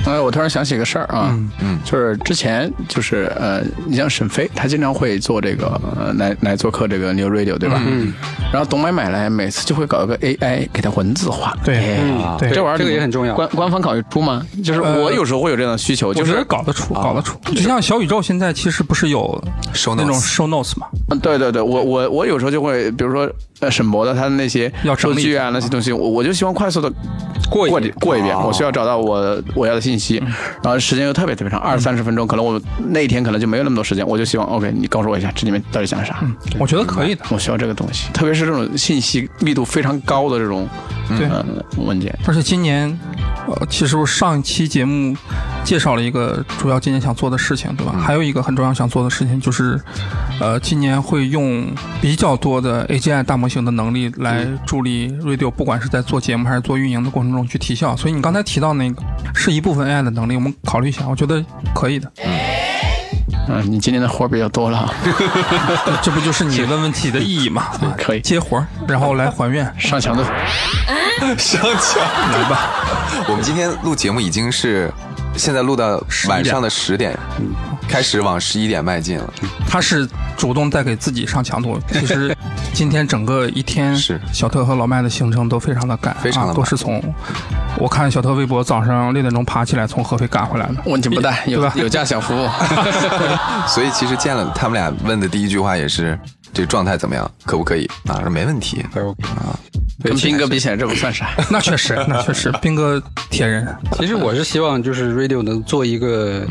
[SPEAKER 4] 哎，我突然想起个事儿啊，嗯，就是之前就是呃，你像沈飞，他经常会做这个呃来来做客这个 New Radio 对吧？嗯，然后董买买来每次就会搞一个 AI 给他文字化，
[SPEAKER 2] 对
[SPEAKER 4] 哎
[SPEAKER 2] 嗯对
[SPEAKER 4] 这玩意儿
[SPEAKER 1] 这个也
[SPEAKER 4] 你
[SPEAKER 1] 很重要呃
[SPEAKER 4] 官官方考虑出吗？就是我有时候会有这样的需求，
[SPEAKER 2] 我
[SPEAKER 4] 就
[SPEAKER 2] 觉
[SPEAKER 4] 是
[SPEAKER 2] 得搞得出，搞得出。就像小宇宙现在其实不是有
[SPEAKER 3] Show
[SPEAKER 2] 那种
[SPEAKER 3] notes
[SPEAKER 2] show notes 嘛？
[SPEAKER 4] 嗯对对对，我我我有时候就会，比如说呃沈博的他的那些
[SPEAKER 2] 要整
[SPEAKER 4] 数
[SPEAKER 2] 理
[SPEAKER 4] 据啊那些东西，我我就喜欢快速的
[SPEAKER 1] 过一
[SPEAKER 4] 过
[SPEAKER 1] 遍
[SPEAKER 4] 过一遍，
[SPEAKER 2] 哦
[SPEAKER 4] 我需要找到我我要的信息，
[SPEAKER 2] 嗯
[SPEAKER 4] 然后时间又特别特别长，二三十分钟，可能我那一天可能就没有那么多时间，我就希望 OK，你告诉我一下这里面到底讲了啥，
[SPEAKER 2] 我觉得可以的。
[SPEAKER 4] 我需要这个东西，特别是这种信息密度非常高的这种
[SPEAKER 2] 对，
[SPEAKER 4] 呃文件，
[SPEAKER 2] 而且今年，呃，其实我上一期节目介绍了一个主要今年想做的事情，对
[SPEAKER 4] 嗯
[SPEAKER 2] 吧？还有一个很重要想做的事情就是，呃，今年会用比较多的 AGI 大模型的能力来助力 Radio，不管是在做节目还是做运营的过程中去提效。所以你刚才提到那个是一部分 AI 的能力，我们考虑一下，我觉得可以的。
[SPEAKER 4] 嗯、你今年的活儿比较多了啊，
[SPEAKER 2] 这不就是你问问题的意义吗？啊
[SPEAKER 4] 可以
[SPEAKER 2] 接活儿，然后来还愿，
[SPEAKER 4] 上墙的
[SPEAKER 3] 上墙。
[SPEAKER 2] 来吧。
[SPEAKER 3] 我们今天录节目已经是现在录到晚上的十点，嗯开始往十一点迈进了。
[SPEAKER 2] 他是主动在给自己上强度。其实今天整个一天，
[SPEAKER 3] 是
[SPEAKER 2] 小特和老麦的行程都非常的赶，
[SPEAKER 3] 非常
[SPEAKER 2] 啊
[SPEAKER 3] 地忙
[SPEAKER 2] 都是从我看小特微博早上六点钟爬起来从合肥赶回来的。
[SPEAKER 4] 问题不大，
[SPEAKER 2] 对
[SPEAKER 4] 有
[SPEAKER 2] 吧
[SPEAKER 4] 有价享 服务，
[SPEAKER 3] 所以其实见了他们俩问的第一句话也是这状态怎么样，可不可以啊？说没问题。
[SPEAKER 4] 跟斌哥比起来这不算啥，
[SPEAKER 2] 那确实，那确实，斌哥铁人，
[SPEAKER 1] 其实我是希望就是 radio 能做一个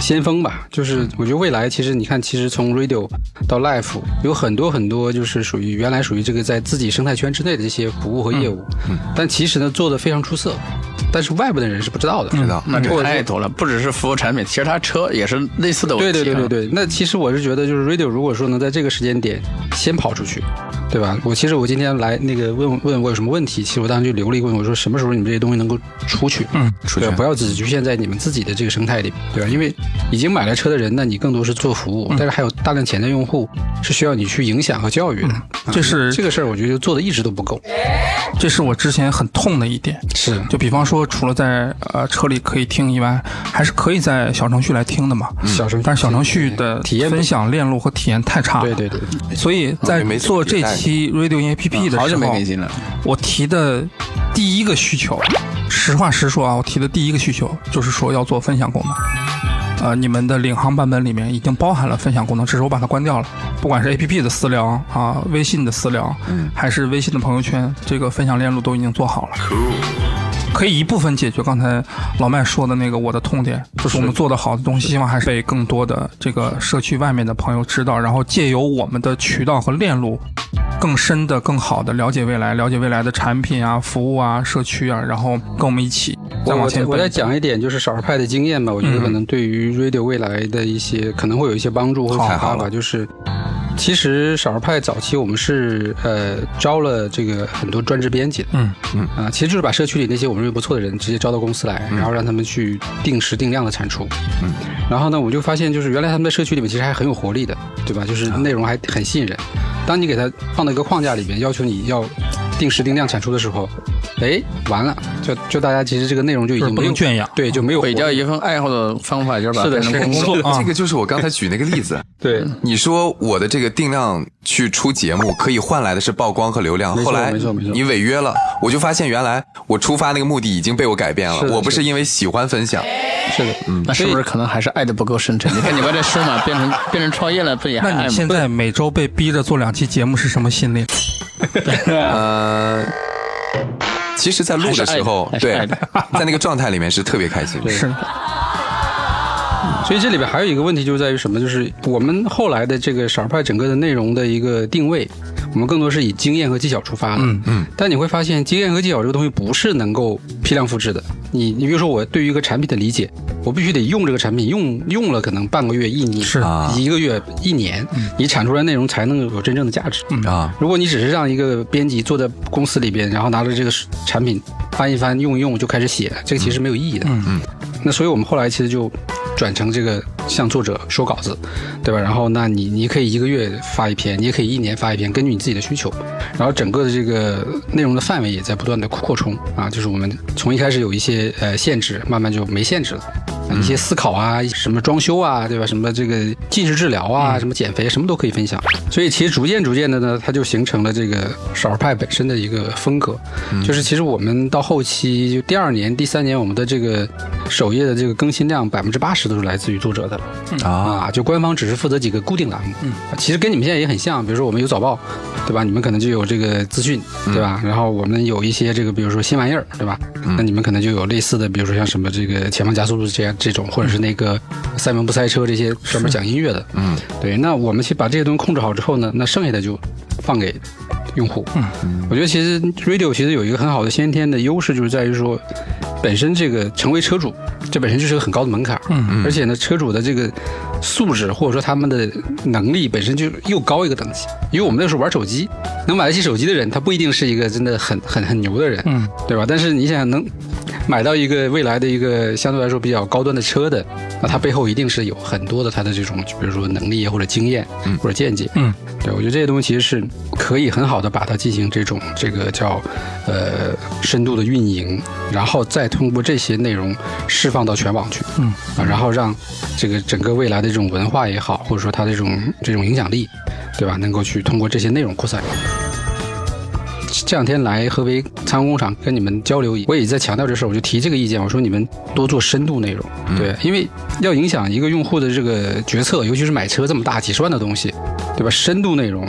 [SPEAKER 1] 先锋吧，就是我觉得未来其实你看，其实从 radio 到 life 有很多很多就是属于原来属于这个在自己生态圈之内的这些服务和业务，但其实呢做的非常出色，但是外部的人是不知道的，
[SPEAKER 3] 知道
[SPEAKER 4] 那
[SPEAKER 1] 嗯或
[SPEAKER 4] 这
[SPEAKER 1] 者是
[SPEAKER 4] 太多了，不只是服务产品，其实他车也是类似的问
[SPEAKER 1] 对
[SPEAKER 4] 题、啊
[SPEAKER 1] 对对对。对，那其实我是觉得，就是 radio 如果说能在这个时间点先跑出去，对吧？我其实我今天来那个问问我有什么问题，其实我当时就留了一个问，我说什么时候你们这些东西能够出去？嗯，
[SPEAKER 3] 出
[SPEAKER 1] 对
[SPEAKER 3] 去
[SPEAKER 1] 吧，不要只局限在你们自己的这个生态里，对吧？因为已经买了车的人，那你更多是做服务，但是还有大量潜在用户是需要你去影响和教育的。啊
[SPEAKER 2] 这是
[SPEAKER 1] 这个事儿，我觉得做的一直都不够。
[SPEAKER 2] 这是我之前很痛的一点。
[SPEAKER 1] 是
[SPEAKER 2] 就比方说，除了在呃车里可以听以外，还是可以在小程序来听的嘛。
[SPEAKER 1] 小程序
[SPEAKER 2] 但是小程序的
[SPEAKER 1] 体验不
[SPEAKER 2] 分享链路和体验太差了。
[SPEAKER 1] 对对对，
[SPEAKER 2] 所以在
[SPEAKER 3] 没怎么
[SPEAKER 2] 做
[SPEAKER 3] 迭
[SPEAKER 2] 这
[SPEAKER 3] 代
[SPEAKER 2] 期 Radio in APP 的
[SPEAKER 4] 嗯好
[SPEAKER 2] 时
[SPEAKER 4] 久没
[SPEAKER 2] 候，
[SPEAKER 4] 更新了，
[SPEAKER 2] 我提的第一个需求，实话实说啊，我提的第一个需求就是说要做分享功能。呃，你们的领航版本里面已经包含了分享功能，只是我把它关掉了。不管是 A P P 的私聊啊、微信的私聊，
[SPEAKER 1] 嗯
[SPEAKER 2] 还是微信的朋友圈，这个分享链路都已经做好了。可以一部分解决刚才老麦说的那个我的痛点，就是我们做的好的东西，希望还是被更多的这个社区外面的朋友知道，然后借由我们的渠道和链路，更深的、更好的了解未来，了解未来的产品啊、服务啊、社区啊，然后跟我们一起再往
[SPEAKER 1] 我我再
[SPEAKER 2] 前
[SPEAKER 1] 我再
[SPEAKER 2] 奔。嗯
[SPEAKER 1] 讲一点，就是少儿派的经验吧，我觉得可能对于 radio 未来的一些可能会有一些帮助或
[SPEAKER 2] 好
[SPEAKER 1] 启发
[SPEAKER 3] 好
[SPEAKER 1] 吧。就是其实少儿派早期我们是呃招了这个很多专职编辑的，
[SPEAKER 2] 嗯
[SPEAKER 1] 嗯啊、其实就是把社区里那些我们认为不错的人直接招到公司来，
[SPEAKER 2] 嗯
[SPEAKER 1] 然后让他们去定时定量的产出，嗯，然后呢，我就发现就是原来他们在社区里面其实还很有活力的，对
[SPEAKER 2] 啊
[SPEAKER 1] 吧？就是内容还很吸引人。当你给他放到一个框架里面，要求你要定时定量产出的时候，哎，完了，就就大家其实这个内容就已
[SPEAKER 2] 就是
[SPEAKER 1] 经
[SPEAKER 2] 不
[SPEAKER 1] 没有
[SPEAKER 2] 能圈养
[SPEAKER 1] 对，就没有活
[SPEAKER 4] 毁
[SPEAKER 1] 力
[SPEAKER 4] 掉一份爱好的方法就是把它
[SPEAKER 1] 是的
[SPEAKER 4] 变成
[SPEAKER 1] 是的
[SPEAKER 4] 工作。
[SPEAKER 2] 作啊
[SPEAKER 3] 这个就是我刚才举那个例子。
[SPEAKER 1] 对。
[SPEAKER 2] 嗯
[SPEAKER 3] 你说我的这个定量去出节目，可以换来的是曝光和流量。
[SPEAKER 1] 没错
[SPEAKER 3] 后来
[SPEAKER 1] 没错没错
[SPEAKER 3] 你违约了，我就发现原来我出发那个目的已经被我改变了
[SPEAKER 1] 是。的
[SPEAKER 3] 我不是因为喜欢分享，
[SPEAKER 1] 是的，嗯，
[SPEAKER 4] 那是不是可能还是爱的不够深沉？你看你把这书嘛，变成变成创业了，哎不也还
[SPEAKER 2] 那
[SPEAKER 4] 爱
[SPEAKER 2] 你
[SPEAKER 4] 吗？
[SPEAKER 2] 现在每周被逼着做两期节目是什么心理？
[SPEAKER 3] 呃，其实，在录的时候，
[SPEAKER 4] 还是
[SPEAKER 3] 对
[SPEAKER 4] 爱的，
[SPEAKER 3] 在那个状态里面是特别开心的。
[SPEAKER 2] 是
[SPEAKER 1] 所以这里边还有一个问题就在于什么？就是我们后来的这个少儿派整个的内容的一个定位，我们更多是以经验和技巧出发的。嗯嗯。但你会发现，经验和技巧这个东西不是能够批量复制的。你你比如说，我对于一个产品的理解，我必须得用这个产品，用用了可能半个月、一年、
[SPEAKER 2] 是
[SPEAKER 3] 啊
[SPEAKER 1] 一个月、一年，你产出来内容才能有真正的价值。嗯
[SPEAKER 3] 啊，
[SPEAKER 1] 如果你只是让一个编辑坐在公司里边，然后拿着这个产品翻一翻、用一用就开始写，这个其实没有意义的。嗯嗯。那所以我们后来其实就转成这个向作者收稿子，对吧？然后那你你可以一个月发一篇，你也可以一年发一篇，根据你自己的需求。然后整个的这个内容的范围也在不断的扩充啊，就是我们从一开始有一些呃限制，慢慢就没限制了。啊一些思考啊，什么装修啊，对吧？什么这个近视治疗啊，什么减肥，什么都可以分享。所以其实逐渐逐渐的呢，它就形成了这个少儿派本身的一个风格。就是其实我们到后期就第二年、第三年，我们的这个首页的这个更新量百分之八十都是来自于作者的了。啊，就官方只是负责几个固定栏目，嗯，其实跟你们现在也很像，比如说我们有早报，对吧？你们可能就有这个资讯，对吧？然后我们有一些这个，比如说新玩意儿，对吧？那你们可能就有类似的，比如说像什么这个前方加速度这样这种，或者是那个塞门不塞车这些专门讲音乐的，嗯，对。那我们去把这些东西控制好之后呢，那剩下的就放给用户。嗯，我觉得其实 radio 其实有一个很好的先天的优势，就是在于说，本身这个成为车主，这本身就是个很高的门槛。嗯嗯。而且呢，车主的这个素质或者说他们的能力本身就又高一个等级，因为我们那时候玩手机，能买得起手机的人，他不一定是一个真的很很很牛的人，嗯，对吧？但是你想想能。买到一个未来的一个相对来说比较高端的车的，那他背后一定是有很多的他的这种，比如说能力啊或者经验，或者见解，
[SPEAKER 2] 嗯，
[SPEAKER 1] 对，我觉得这些东西其实是可以很好的把它进行这种这个叫呃深度的运营，然后再通过这些内容释放到全网去，嗯啊，然后让这个整个未来的这种文化也好，或者说它这种这种影响力，对吧，能够去通过这些内容扩散。这两天来合肥参观工厂跟你们交流，我也在强调这事儿，我就提这个意见，我说你们多做深度内容，对，因为要影响一个用户的这个决策，尤其是买车这么大几十万的东西，对吧？深度内容。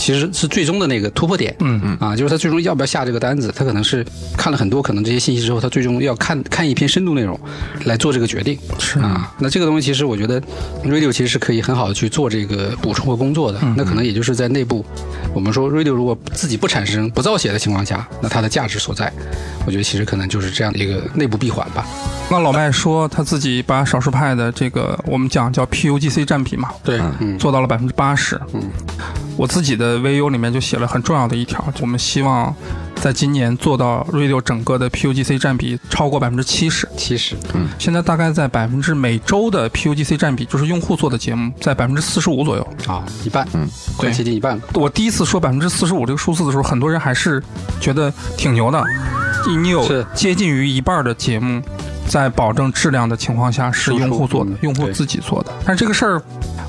[SPEAKER 1] 其实是最终的那个突破点，嗯嗯啊，就是他最终要不要下这个单子，他可能是看了很多可能这些信息之后，他最终要看看一篇深度内容来做这个决定，
[SPEAKER 2] 嗯
[SPEAKER 1] 是啊，那这个东西其实我觉得 radio 其实是可以很好的去做这个补充和工作的，那可能也就是在内部，我们说 radio 如果自己不产生不造血的情况下，那它的价值所在，我觉得其实可能就是这样的一个内部闭环吧，
[SPEAKER 2] 那老麦说他自己把少数派的这个我们讲叫 PUGC 占比嘛，
[SPEAKER 1] 对，嗯，
[SPEAKER 2] 做到了百分之八十。嗯，我自己的 VU 里面就写了很重要的一条，我们希望在今年做到 radio 整个的 PUGC 占比超过百分之七十。
[SPEAKER 1] 其实
[SPEAKER 2] 现在大概在百分之每周的 PUGC 占比，就是用户做的节目，在百分之四十五左右。
[SPEAKER 1] 啊一半，嗯，快
[SPEAKER 2] 对
[SPEAKER 1] 接近一半了，
[SPEAKER 2] 我第一次说百分之四十五这个数字的时候，很多人还是觉得挺牛的。你你有
[SPEAKER 1] 是
[SPEAKER 2] 接近于一半的节目，在保证质量的情况下是
[SPEAKER 1] 输出
[SPEAKER 2] 用户做的
[SPEAKER 1] 嗯，
[SPEAKER 2] 用户
[SPEAKER 1] 对
[SPEAKER 2] 自己做的。但这个事儿，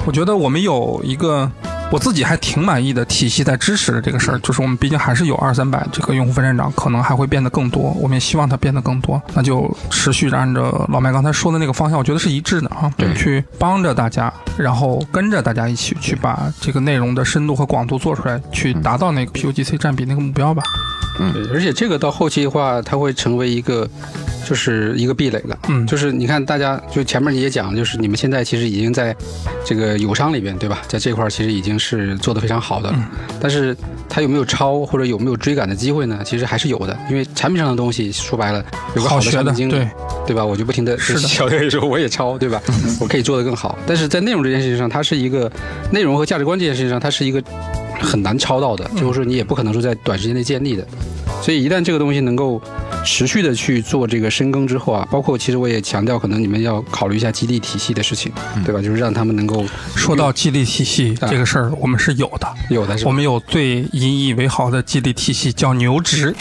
[SPEAKER 2] 我觉得我们有一个我自己还挺满意的体系在支持着这个
[SPEAKER 1] 嗯
[SPEAKER 2] 事儿，就是我们毕竟还是有二三百这个用户分站长，可能还会变得更多，我们也希望它变得更多，那就持续地按照老麦刚才说的那个方向，我觉得是一致的啊，对，去帮着大家，然后跟着大家一起去把这个内容的深度和广度做出来，去达到那个 PUGC 占比那个目标吧。
[SPEAKER 1] 嗯，对，而且这个到后期的话，它会成为一个。就是一个壁垒了，
[SPEAKER 2] 嗯
[SPEAKER 1] 就是你看大家就前面你也讲，就是你们现在其实已经在这个友商里边，对吧？在这块儿其实已经是做得非常好的了，
[SPEAKER 2] 嗯
[SPEAKER 1] 但是它有没有超或者有没有追赶的机会呢？其实还是有的，因为产品上的东西说白了有个
[SPEAKER 2] 好
[SPEAKER 1] 好
[SPEAKER 2] 学
[SPEAKER 1] 产
[SPEAKER 2] 的
[SPEAKER 1] 品经理，
[SPEAKER 2] 对
[SPEAKER 1] 对吧？我就不停的
[SPEAKER 2] 是的
[SPEAKER 1] 小的时候我也抄，对吧？我可以做得更好，但是在内容这件事情上，它是一个内容和价值观这件事情上，它是一个很难抄到的，
[SPEAKER 2] 嗯
[SPEAKER 1] 就是说你也不可能说在短时间内建立的。所以一旦这个东西能够持续的去做这个深耕之后啊，包括其实我也强调，可能你们要考虑一下激励体系的事情，
[SPEAKER 2] 嗯
[SPEAKER 1] 对吧？就是让他们能够
[SPEAKER 2] 说到激励体系
[SPEAKER 1] 啊
[SPEAKER 2] 这个事儿，我们是有的。
[SPEAKER 1] 有的是吧
[SPEAKER 2] 我们有最引以为豪的激励体系，叫牛值。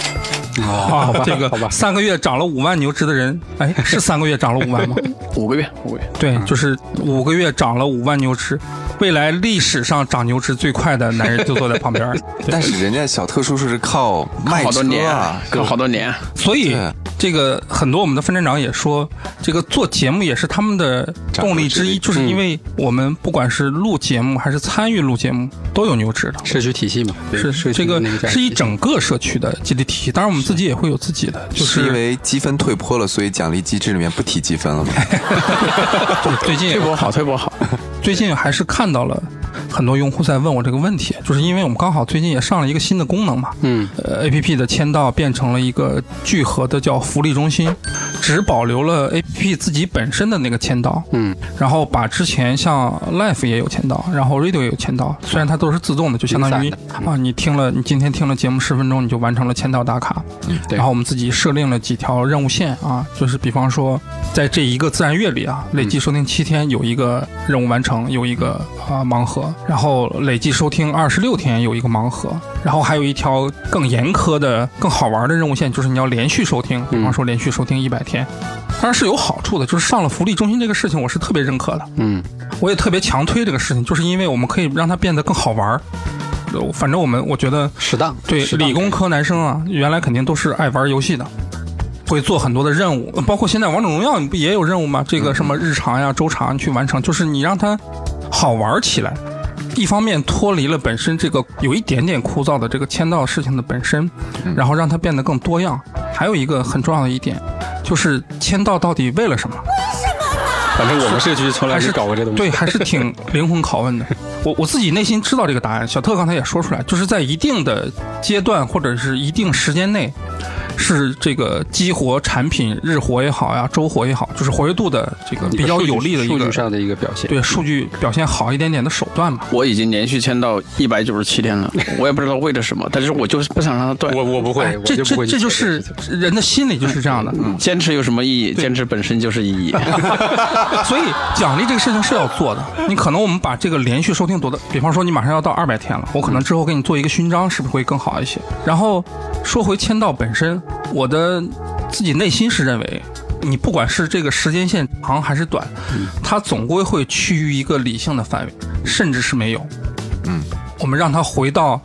[SPEAKER 2] 啊，这个
[SPEAKER 1] 哦好吧
[SPEAKER 2] 三个月涨了五万牛值的人， 哎，是三个月涨了五万吗？
[SPEAKER 4] 五个月，五个月，
[SPEAKER 2] 对，就是五个月涨了五万牛值，未来历史上涨牛值最快的男人就坐在旁边 儿。
[SPEAKER 3] 但是人家小特殊是靠卖
[SPEAKER 4] 好多
[SPEAKER 3] 车
[SPEAKER 4] 年
[SPEAKER 3] 啊，，
[SPEAKER 4] 搞好多年，
[SPEAKER 2] 所以
[SPEAKER 3] 对
[SPEAKER 2] 这个很多我们的分站长也说，这个做节目也是他们的动力之一，
[SPEAKER 3] 掌握之力
[SPEAKER 2] 就是因为我们不管是录节目还是参与录节目，都有牛值的。
[SPEAKER 1] 社区体系嘛，
[SPEAKER 2] 是
[SPEAKER 1] 社
[SPEAKER 2] 这
[SPEAKER 1] 区
[SPEAKER 2] 个
[SPEAKER 1] 的那价值
[SPEAKER 2] 是一
[SPEAKER 1] 体系
[SPEAKER 2] 整个社区的激励体系，当然我们自己也会有自己的，就是
[SPEAKER 3] 因为积分退坡了，所以奖励机制里面不提积分了吗？
[SPEAKER 2] 就最近
[SPEAKER 4] 推波好，推波好，
[SPEAKER 2] 最近还是看到了很多用户在问我这个问题，就是因为我们刚好最近也上了一个新的功能嘛，
[SPEAKER 1] 嗯，
[SPEAKER 2] 呃，A P P 的签到变成了一个聚合的叫福利中心，只保留了 A P P 自己本身的那个签到，
[SPEAKER 1] 嗯，
[SPEAKER 2] 然后把之前像 Life 也有签到，然后 Radio 也有签到，虽然它都是自动的，就相当于
[SPEAKER 1] 零散
[SPEAKER 2] 啊，你听了你今天听了节目十分钟，你就完成了签到打卡，
[SPEAKER 1] 对
[SPEAKER 2] 然后我们自己设定了几条任务线啊，就是比方说，在这一个自然月里啊，
[SPEAKER 1] 嗯
[SPEAKER 2] 累计收听七天有一个任务完成，有一个啊、盲盒，然后累计收听二十六天有一个盲盒，然后还有一条更严苛的、更好玩的任务线，就是你要连续收听，
[SPEAKER 1] 嗯
[SPEAKER 2] 比方说连续收听一百天。当然是有好处的，就是上了福利中心这个事情，我是特别认可的。
[SPEAKER 1] 嗯，
[SPEAKER 2] 我也特别强推这个事情，就是因为我们可以让它变得更好玩儿。呃反正我们我觉得
[SPEAKER 1] 适当
[SPEAKER 2] 对
[SPEAKER 1] 适当
[SPEAKER 2] 理工科男生啊，原来肯定都是爱玩游戏的，会做很多的任务，呃包括现在王者荣耀你不也有任务吗？这
[SPEAKER 1] 嗯
[SPEAKER 2] 个什么日常呀、周长去完成，就是你让它好玩起来。一方面脱离了本身这个有一点点枯燥的这个签到事情的本身，
[SPEAKER 1] 嗯
[SPEAKER 2] 然后让它变得更多样。还有一个很重要的一点，就是签到到底为了什么？
[SPEAKER 1] 反正我们社区从来
[SPEAKER 2] 还是
[SPEAKER 1] 没搞过这东西，
[SPEAKER 2] 对，还是 挺灵魂拷问的。我我自己内心知道这个答案，小特刚才也说出来，就是在一定的阶段或者是一定时间内，是这个激活产品日活也好呀，周活也好，就是活跃度的这个
[SPEAKER 1] 一个
[SPEAKER 2] 比较
[SPEAKER 1] 数据
[SPEAKER 2] 有利的一
[SPEAKER 1] 数
[SPEAKER 2] 个
[SPEAKER 1] 据上的一嗯个表现，
[SPEAKER 2] 对数据表现好一点点的手段嘛。
[SPEAKER 4] 我已经连续签到一百九十七天了，我也不知道为了什么，但是我就是不想让它断。
[SPEAKER 1] 我我不会
[SPEAKER 2] 哎，这
[SPEAKER 1] 我就不
[SPEAKER 2] 这
[SPEAKER 1] 会
[SPEAKER 2] 这就
[SPEAKER 1] 理解
[SPEAKER 2] 是
[SPEAKER 1] 个事情嗯
[SPEAKER 2] 人的心理就是这样的，
[SPEAKER 4] 坚持有什么意义？坚持本身就是意义。
[SPEAKER 2] 所以奖励这个事情是要做的。你可能我们把这个连续收听多的，比方说你马上要到二百天了，我可能之后给你做一个勋章，是不是会更好一些？然后说回签到本身，我的自己内心是认为。你不管是这个时间线长还是短，
[SPEAKER 1] 嗯
[SPEAKER 2] 它总归会趋于一个理性的范围，甚至是没有。
[SPEAKER 1] 嗯
[SPEAKER 2] 我们让它回到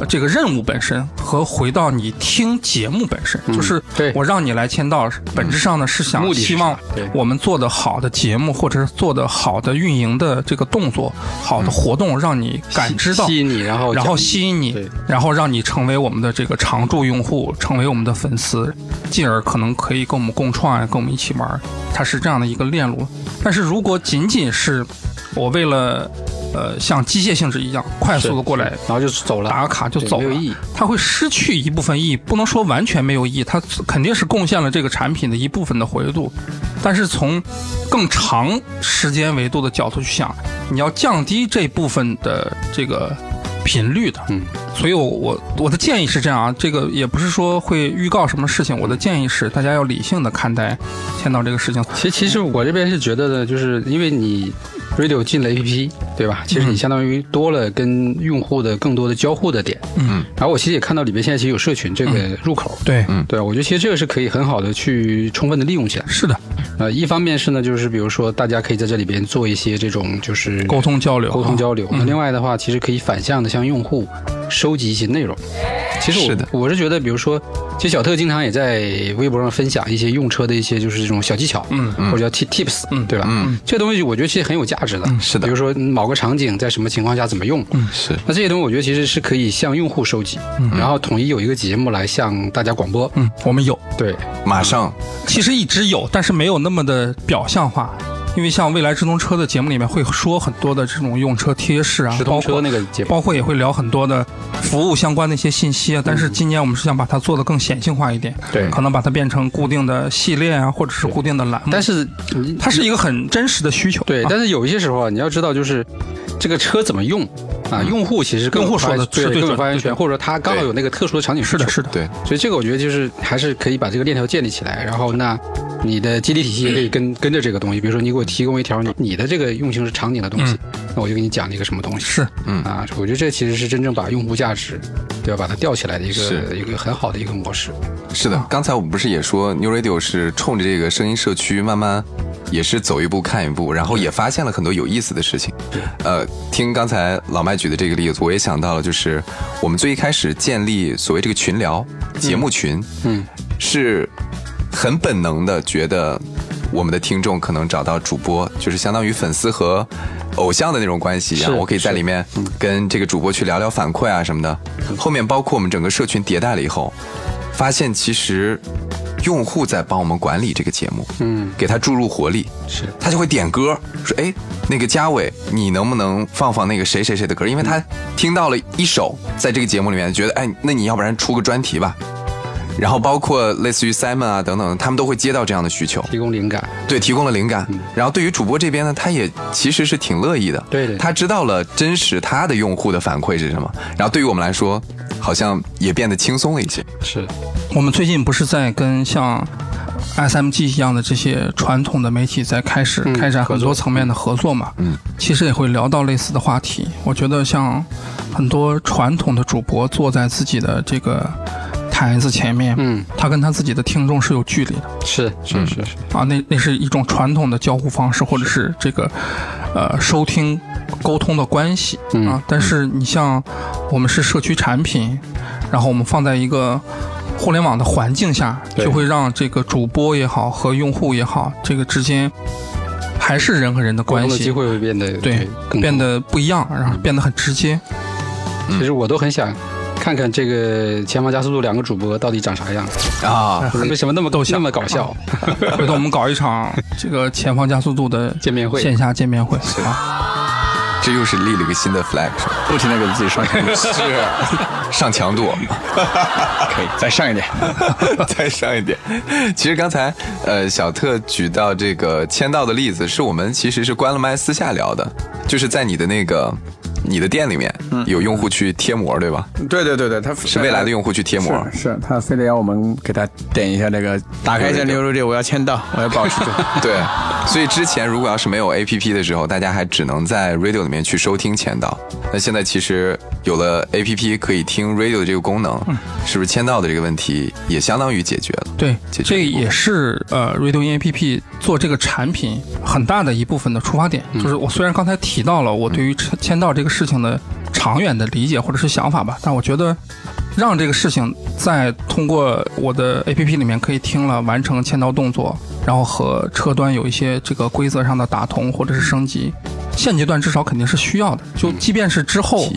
[SPEAKER 2] 呃这个任务本身和回到你听节目本身，就是
[SPEAKER 1] 嗯对
[SPEAKER 2] 我让你来签到，本质上呢是想
[SPEAKER 1] 目的是
[SPEAKER 2] 希望
[SPEAKER 1] 对
[SPEAKER 2] 我们做的好的节目或者是做的好的运营的这个动作、好的活动，让你感知到
[SPEAKER 1] 吸。引你，然后
[SPEAKER 2] 然后
[SPEAKER 1] 讲
[SPEAKER 2] 吸引你
[SPEAKER 1] 对，
[SPEAKER 2] 然后让你成为我们的这个常驻用户，成为我们的粉丝，进而可能可以跟我们共创呀，跟我们一起玩儿，它是这样的一个链路。但是如果仅仅是我为了呃像机械性质一样快速的过来啊
[SPEAKER 1] 然后就走了，
[SPEAKER 2] 打个卡就
[SPEAKER 1] 对
[SPEAKER 2] 走
[SPEAKER 1] 没
[SPEAKER 2] 了，
[SPEAKER 1] 有意义。
[SPEAKER 2] 它会失去一部分意义，不能说完全没有意义，它肯定是贡献了这个产品的一部分的活跃度。但是从更长时间维度的角度去想，你要降低这部分的这个频率的。
[SPEAKER 1] 嗯，
[SPEAKER 2] 所以我我我的建议是这样啊，这个也不是说会预告什么事情，我的建议是大家要理性的看待签到这个事情。
[SPEAKER 1] 其其实我这边是觉得呢，就是因为你 Radio 进了 APP，对吧？其实
[SPEAKER 2] 嗯
[SPEAKER 1] 你相当于多了跟用户的更多的交互的点。
[SPEAKER 2] 嗯，
[SPEAKER 1] 然后我其实也看到里边现在其实有社群这个入口。
[SPEAKER 2] 对，
[SPEAKER 1] 对啊，我觉得其实这个是可以很好的去充分的利用起来。
[SPEAKER 2] 是的，
[SPEAKER 1] 呃，一方面是呢，就是比如说大家可以在这里边做一些这种就是
[SPEAKER 2] 沟通交流啊，
[SPEAKER 1] 沟通交流。那另外的话，其实可以反向的向用户收集一些内容。其实我
[SPEAKER 3] 是的
[SPEAKER 1] 我是觉得，比如说，其实小特经常也在微博上分享一些用车的一些就是这种小技巧，嗯，或者叫 t tips，嗯，对吧？嗯，这东西我觉得其实很有价值
[SPEAKER 2] 嗯
[SPEAKER 1] 的，
[SPEAKER 3] 是的
[SPEAKER 1] 比如说某个场景在什么情况下怎么用，嗯，
[SPEAKER 3] 是
[SPEAKER 1] 那这些东西我觉得其实是可以向用户收集，然后统一有一个节目来向大家广播，
[SPEAKER 2] 嗯，我们有，
[SPEAKER 1] 对，
[SPEAKER 3] 马上
[SPEAKER 2] 其实一直有，但是没有那么的表象化。因为像未来智能车的节目里面会说很多的这种用车贴士啊
[SPEAKER 1] 直，
[SPEAKER 2] 包
[SPEAKER 1] 通车
[SPEAKER 2] 括
[SPEAKER 1] 那个节目，
[SPEAKER 2] 包括也会聊很多的服务相关的一些信息啊。但是今年我们是想把它做得更显性化一点，
[SPEAKER 1] 嗯对
[SPEAKER 2] 可能把它变成固定的系列啊，或者是固定的栏目。
[SPEAKER 1] 但是你
[SPEAKER 2] 它是一个很真实的需求，
[SPEAKER 1] 对，
[SPEAKER 2] 啊
[SPEAKER 1] 但是有一些时候啊，你要知道，就是这个车怎么用啊，用户其实
[SPEAKER 2] 嗯
[SPEAKER 1] 更
[SPEAKER 2] 用户说的
[SPEAKER 1] 对
[SPEAKER 2] 是对
[SPEAKER 1] 更有
[SPEAKER 2] 准
[SPEAKER 1] 发言
[SPEAKER 2] 对
[SPEAKER 1] 权，或者说他刚好有那个特殊的场景需
[SPEAKER 2] 是的，
[SPEAKER 1] 求
[SPEAKER 2] 是的，
[SPEAKER 3] 对
[SPEAKER 1] 所以这个我觉得就是还是可以把这个链条建立起来，然后那你的激励体系也可以跟、跟着这个东西，比如说你给我提供一条你你的这个用情是场景的东西，那我就给你讲一个什么东西。
[SPEAKER 2] 嗯是
[SPEAKER 3] 嗯
[SPEAKER 1] 啊，我觉得这其实是真正把用户价值，对吧？把它吊起来的一个
[SPEAKER 3] 是
[SPEAKER 1] 一个很好的一个模式。
[SPEAKER 3] 是的，刚才我们不是也说 New Radio 是冲着这个声音社区慢慢也是走一步看一步，然后也发现了很多有意思的事情。呃，听刚才老麦举的这个例子，我也想到了，就是我们最一开始建立所谓这个群聊节目群，
[SPEAKER 1] 嗯，
[SPEAKER 3] 是很本能的觉得我们的听众可能找到主播，就是相当于粉丝和偶像的那种关系一样。
[SPEAKER 1] 是
[SPEAKER 3] 我可以在
[SPEAKER 1] 是嗯
[SPEAKER 3] 里面跟这个主播去聊聊反馈啊什么的。后面包括我们整个社群迭代了以后，发现其实用户在帮我们管理这个节目，
[SPEAKER 1] 嗯，
[SPEAKER 3] 给它注入活力，
[SPEAKER 1] 是
[SPEAKER 3] 他就会点歌，说哎，那个嘉伟，你能不能放放那个谁谁谁的歌？因为他听到了一首，在这个节目里面觉得，哎，那你要不然出个专题吧。
[SPEAKER 1] 嗯
[SPEAKER 3] 然后包括类似于 Simon 啊等等，他们都会接到这样的需求，
[SPEAKER 1] 提供灵感，
[SPEAKER 3] 对，提供了灵感。然后对于主播这边呢，他也其实是挺乐意的，
[SPEAKER 1] 嗯对对
[SPEAKER 3] 他知道了真实他的用户的反馈是什么。然后对于我们来说，好像也变得轻松了一些。
[SPEAKER 1] 是
[SPEAKER 2] 我们最近不是在跟像 SMG 一样的这些传统的媒体在开始开展很多层面的合作嘛？
[SPEAKER 3] 嗯，
[SPEAKER 2] 其实也会聊到类似的话题。我觉得像很多传统的主播坐在自己的这个台子前面，
[SPEAKER 1] 嗯，
[SPEAKER 2] 他跟他自己的听众是有距离的。
[SPEAKER 1] 是是是是，
[SPEAKER 2] 啊，那那是一种传统的交互方式，或者是这个呃收听沟通的关系、
[SPEAKER 1] 嗯
[SPEAKER 2] 啊。但是你像我们是社区产品，然后我们放在一个互联网的环境下，
[SPEAKER 1] 对
[SPEAKER 2] 就会让这个主播也好和用户也好，这个之间还是人和人的
[SPEAKER 1] 沟
[SPEAKER 2] 关
[SPEAKER 1] 通的
[SPEAKER 2] 系
[SPEAKER 1] 机，会会变得
[SPEAKER 2] 对，
[SPEAKER 1] 更
[SPEAKER 2] 变
[SPEAKER 1] 多
[SPEAKER 2] 得不一样，然后变得很直 接。
[SPEAKER 1] 其实我都很想看看这个《前方加速度》两个主播到底长啥样，
[SPEAKER 3] 啊，
[SPEAKER 1] 为什么那么
[SPEAKER 2] 逗笑
[SPEAKER 1] 那么搞笑？
[SPEAKER 2] 回头我们搞一场这个前方加速度的
[SPEAKER 1] 见面会
[SPEAKER 2] 线下见面会啊，
[SPEAKER 3] 这又是立了一个新的 flag，
[SPEAKER 4] 不停的给自己上强度，
[SPEAKER 3] 是啊上强度。
[SPEAKER 4] 可以 再上一点。
[SPEAKER 3] 再上一点。其实刚才呃，小特举到这个签到的例子，是我们其实是关了麦私下聊的，就是在你的那个你的店里面
[SPEAKER 4] 嗯
[SPEAKER 3] 有用户去贴膜，对吧？
[SPEAKER 4] 对对对对，他
[SPEAKER 3] 是未来的用户去贴膜。
[SPEAKER 4] 是是他非得要我们给他点一下这个，打开一下
[SPEAKER 3] 对对对
[SPEAKER 4] 牛肉这，我要签到，我要保持住。
[SPEAKER 3] 对，所以之前如果要是没有 A P P 的时候，大家还只能在 Radio 里面去收听签到。那现在其实有了 A P P 可以听 Radio 的这个功能，是不是签到的这个问题也相当于解决了？
[SPEAKER 2] 对，
[SPEAKER 3] 解决
[SPEAKER 2] 这
[SPEAKER 3] 一部分
[SPEAKER 2] 也是呃 Radio in APP 做这个产品很大的一部分的出发点。
[SPEAKER 3] 嗯
[SPEAKER 2] 就是我虽然刚才提到了我对于签签到这个事情的长远的理解或者是想法吧，但我觉得让这个事情在通过我的 APP 里面可以听了完成签到动作，然后和车端有一些这个规则上的打通或者是升级，现阶段至少肯定是需要的。就即便是之后。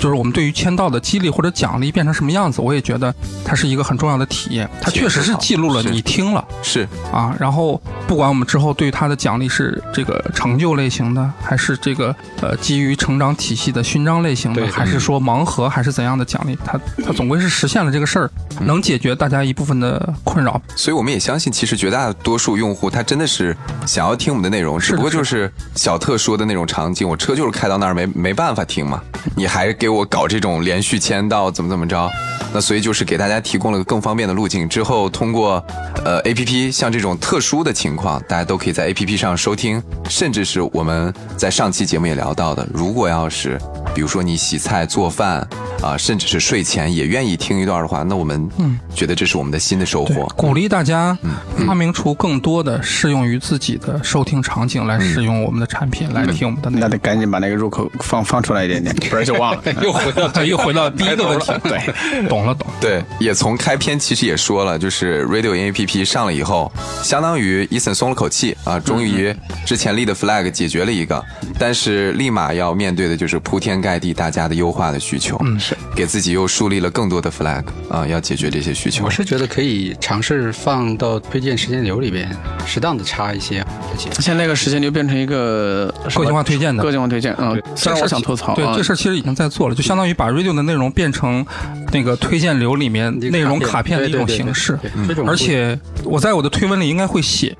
[SPEAKER 2] 就是我们对于签到的激励或者奖励变成什么样子，我也觉得它是一个很重要的体验。它确实是记录了
[SPEAKER 3] 是
[SPEAKER 2] 你听了
[SPEAKER 3] 是
[SPEAKER 2] 啊，然后不管我们之后对它的奖励是这个成就类型的，还是这个呃基于成长体系的勋章类型的，
[SPEAKER 1] 对对
[SPEAKER 2] 还是说盲盒，还是怎样的奖励，它它总归是实现了这个事儿，能解决大家一部分的困扰。
[SPEAKER 3] 所以我们也相信，其实绝大多数用户他真的是想要听我们的内容，只不过就是小特说的那种场景，我车就是开到那儿没没办法听嘛，你还给我搞这种连续签到怎么怎么着，那所以就是给大家提供了个更方便的路径。之后通过呃 A P P，像这种特殊的情况，大家都可以在 A P P 上收听，甚至是我们在上期节目也聊到的，如果要是比如说你洗菜做饭。啊、甚至是睡前也愿意听一段的话，那我们觉得这是我们的新的收
[SPEAKER 2] 对
[SPEAKER 3] 获，。
[SPEAKER 2] 鼓励大家
[SPEAKER 1] 嗯
[SPEAKER 2] 发明出更多的适用于自己的收听场景
[SPEAKER 1] 嗯
[SPEAKER 2] 来使用我们的产品，来听我们的内
[SPEAKER 4] 那
[SPEAKER 2] 容。
[SPEAKER 4] 得赶紧把那个入口放放出来一点点， 不然就忘了。，
[SPEAKER 2] 又回到 对，又回到第一个问题
[SPEAKER 4] 对，
[SPEAKER 2] 懂了懂了。
[SPEAKER 3] 对，也从开篇其实也说了，就是 Radio 音乐 APP 上了以后，相当于 Eason 松了口气啊，终于之前立的 flag 解决了一个，但是立马要面对的就是铺天盖地大家的优化的需求，嗯，是给自己又树立了更多的 flag 啊，要解决这些需求
[SPEAKER 1] 我。是觉得可以尝试放到推荐时间流里边，适当的插一些节目。
[SPEAKER 4] 现在那个时间就变成一个
[SPEAKER 2] 个性化推荐的
[SPEAKER 4] 个性化推荐。嗯，虽然我想吐槽，
[SPEAKER 2] 对
[SPEAKER 4] 啊
[SPEAKER 2] 这事儿其实已经在做了，就相当于把 radio 的内容变成那个推荐流里面
[SPEAKER 1] 这个
[SPEAKER 2] 内容卡片的一种形式，
[SPEAKER 1] 对对对对对这种
[SPEAKER 2] 而且我在我的推文里应该会写，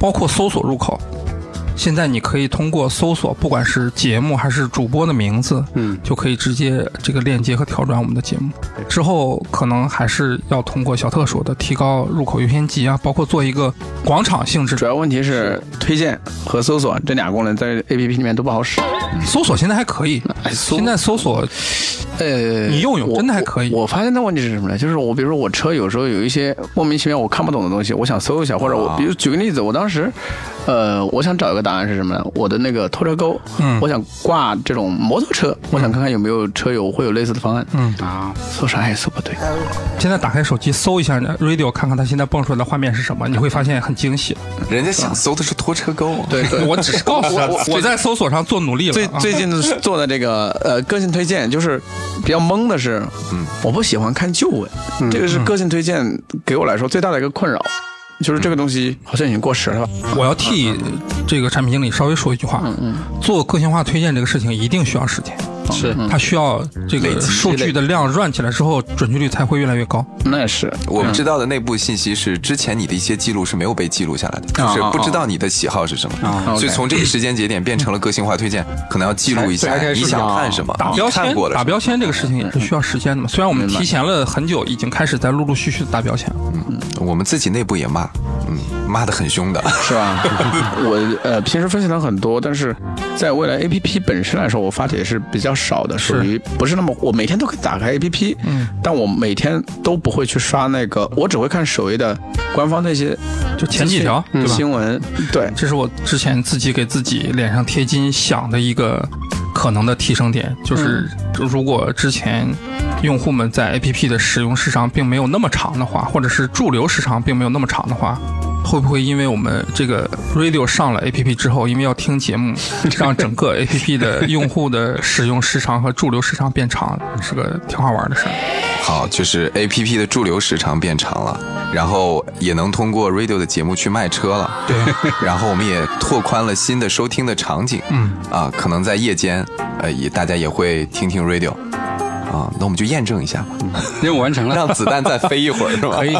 [SPEAKER 2] 包括搜索入口。现在你可以通过搜索，不管是节目还是主播的名字，嗯，就可以直接这个链接和跳转我们的节目。之后可能还是要通过小特说的提高入口优先级啊，包括做一个广场性质
[SPEAKER 4] 主
[SPEAKER 2] 的
[SPEAKER 4] 要问题是推荐和搜索这俩功能在 A P P 里面都不好使。
[SPEAKER 2] 搜索。现在还可以，
[SPEAKER 4] 哎搜
[SPEAKER 2] 现在搜索
[SPEAKER 4] 呃，
[SPEAKER 2] 你用用
[SPEAKER 4] 我
[SPEAKER 2] 真的还可以
[SPEAKER 4] 我我发现的问题是什么呢？就是我比如说我车有时候有一些莫名其妙我看不懂的东西，我想搜一下，或者我
[SPEAKER 3] 啊
[SPEAKER 4] 比如举个例子，我当时，呃，我想找一个答案是什么呢？我的那个拖车钩，
[SPEAKER 2] 嗯
[SPEAKER 4] 我想挂这种摩托车，我想看看有没有车友会有类似的方案，
[SPEAKER 2] 嗯
[SPEAKER 4] 啊，哎搜啥也搜不对，
[SPEAKER 2] 现在打开手机搜一下呢 radio，看看它现在蹦出来的画面是什么，你会发现很惊喜。
[SPEAKER 3] 人家想搜的是拖车钩，啊
[SPEAKER 4] 对对，
[SPEAKER 2] 我只是告诉他，
[SPEAKER 4] 我
[SPEAKER 2] 我在搜索上做努力了。
[SPEAKER 4] 最
[SPEAKER 2] 啊
[SPEAKER 4] 最近做的这个呃个性推荐，就是比较懵的是，嗯，我不喜欢看旧文，这
[SPEAKER 2] 嗯
[SPEAKER 4] 个是个性推荐给我来说最大的一个困扰，就是这个东西好像已经过时了吧？
[SPEAKER 2] 我要替这个产品经理稍微说一句话，
[SPEAKER 4] 嗯
[SPEAKER 2] 做个性化推荐这个事情一定需要时间，
[SPEAKER 1] 是
[SPEAKER 4] 嗯
[SPEAKER 2] 它需要这
[SPEAKER 3] 累
[SPEAKER 2] 个
[SPEAKER 3] 积
[SPEAKER 2] 数据的量 run 起来之后，准确率才会越来越高。
[SPEAKER 4] 那也是，
[SPEAKER 3] 我们知道的内部信息是，之前你的一些记录是没有被记录下来的，就
[SPEAKER 4] 啊
[SPEAKER 3] 是
[SPEAKER 4] 啊
[SPEAKER 3] 不知道你的喜好是什
[SPEAKER 4] 啊
[SPEAKER 3] 么，所以从这个时间节点变成了个性化推荐，可能要记录一下
[SPEAKER 1] 才开始
[SPEAKER 3] 你想看什么，
[SPEAKER 2] 打
[SPEAKER 3] 你
[SPEAKER 2] 标
[SPEAKER 3] 看
[SPEAKER 2] 签
[SPEAKER 3] 过，了什
[SPEAKER 2] 打
[SPEAKER 3] 么
[SPEAKER 2] 标签这个事情也是需要时间的嘛。虽然我们
[SPEAKER 4] 啊明白
[SPEAKER 2] 提前了很久，已经开始在陆陆续续的打标签了。
[SPEAKER 3] 我们自己内部也骂，嗯，骂得很凶的。
[SPEAKER 4] 是 吧？我呃平时分享了很多，但是在未来 A P P 本身来说，我发帖是比较少的，属于不是那么我每天都可以打开 A P P，
[SPEAKER 2] 嗯，
[SPEAKER 4] 但我每天都不会去刷那个，我只会看首页的官方那些
[SPEAKER 2] 就前几条对吧
[SPEAKER 4] 新闻，对。
[SPEAKER 2] 这是我之前自己给自己脸上贴金想的一个可能的提升点，就是如果之前用户们在 APP 的使用时长并没有那么长的话，或者是驻留时长并没有那么长的话。会不会因为我们这个 radio 上了 APP 之后，因为要听节目，让整个 APP 的用户的使用时长和驻留时长变长，是个挺好玩的事儿。
[SPEAKER 3] 好，就是 A P P 的驻留时长变长了，然后也能通过 Radio 的节目去卖车了。对， 然后我们也拓宽了新的收听的场景。嗯，啊，可能在夜间，呃，也大家也会听听 Radio。啊，那我们就验证一下吧，
[SPEAKER 1] 任务完成了，
[SPEAKER 3] 让子弹再飞一会儿是吧？
[SPEAKER 2] 可以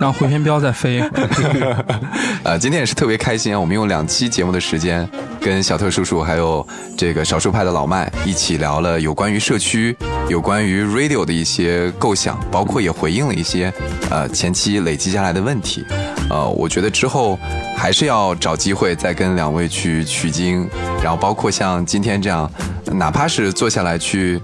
[SPEAKER 2] 让回旋镖再飞一会儿。
[SPEAKER 3] 呃，今天也是特别开心啊！我们用两期节目的时间，跟小特叔叔还有这个少数派的老麦一起聊了有关于社区、有关于 radio 的一些构想，包括也回应了一些呃前期累积下来的问题。呃，我觉得之后还是要找机会再跟两位去取经，然后包括像今天这样，哪怕是坐下来去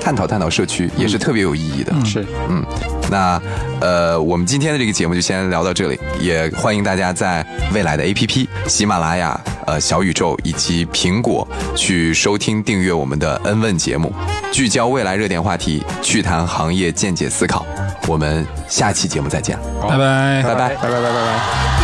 [SPEAKER 3] 探讨探讨社区，也是特别有意义的。
[SPEAKER 1] 是
[SPEAKER 3] 嗯，那呃，我们今天的这个节目就先聊到这里，也欢迎大家在未来的 APP 喜马拉雅、呃小宇宙以及苹果去收听订阅我们的恩问节目，聚焦未来热点话题，去谈行业见解思考。我们下期节目再见，
[SPEAKER 2] 拜拜。
[SPEAKER 3] 拜拜。
[SPEAKER 4] 拜拜拜拜拜。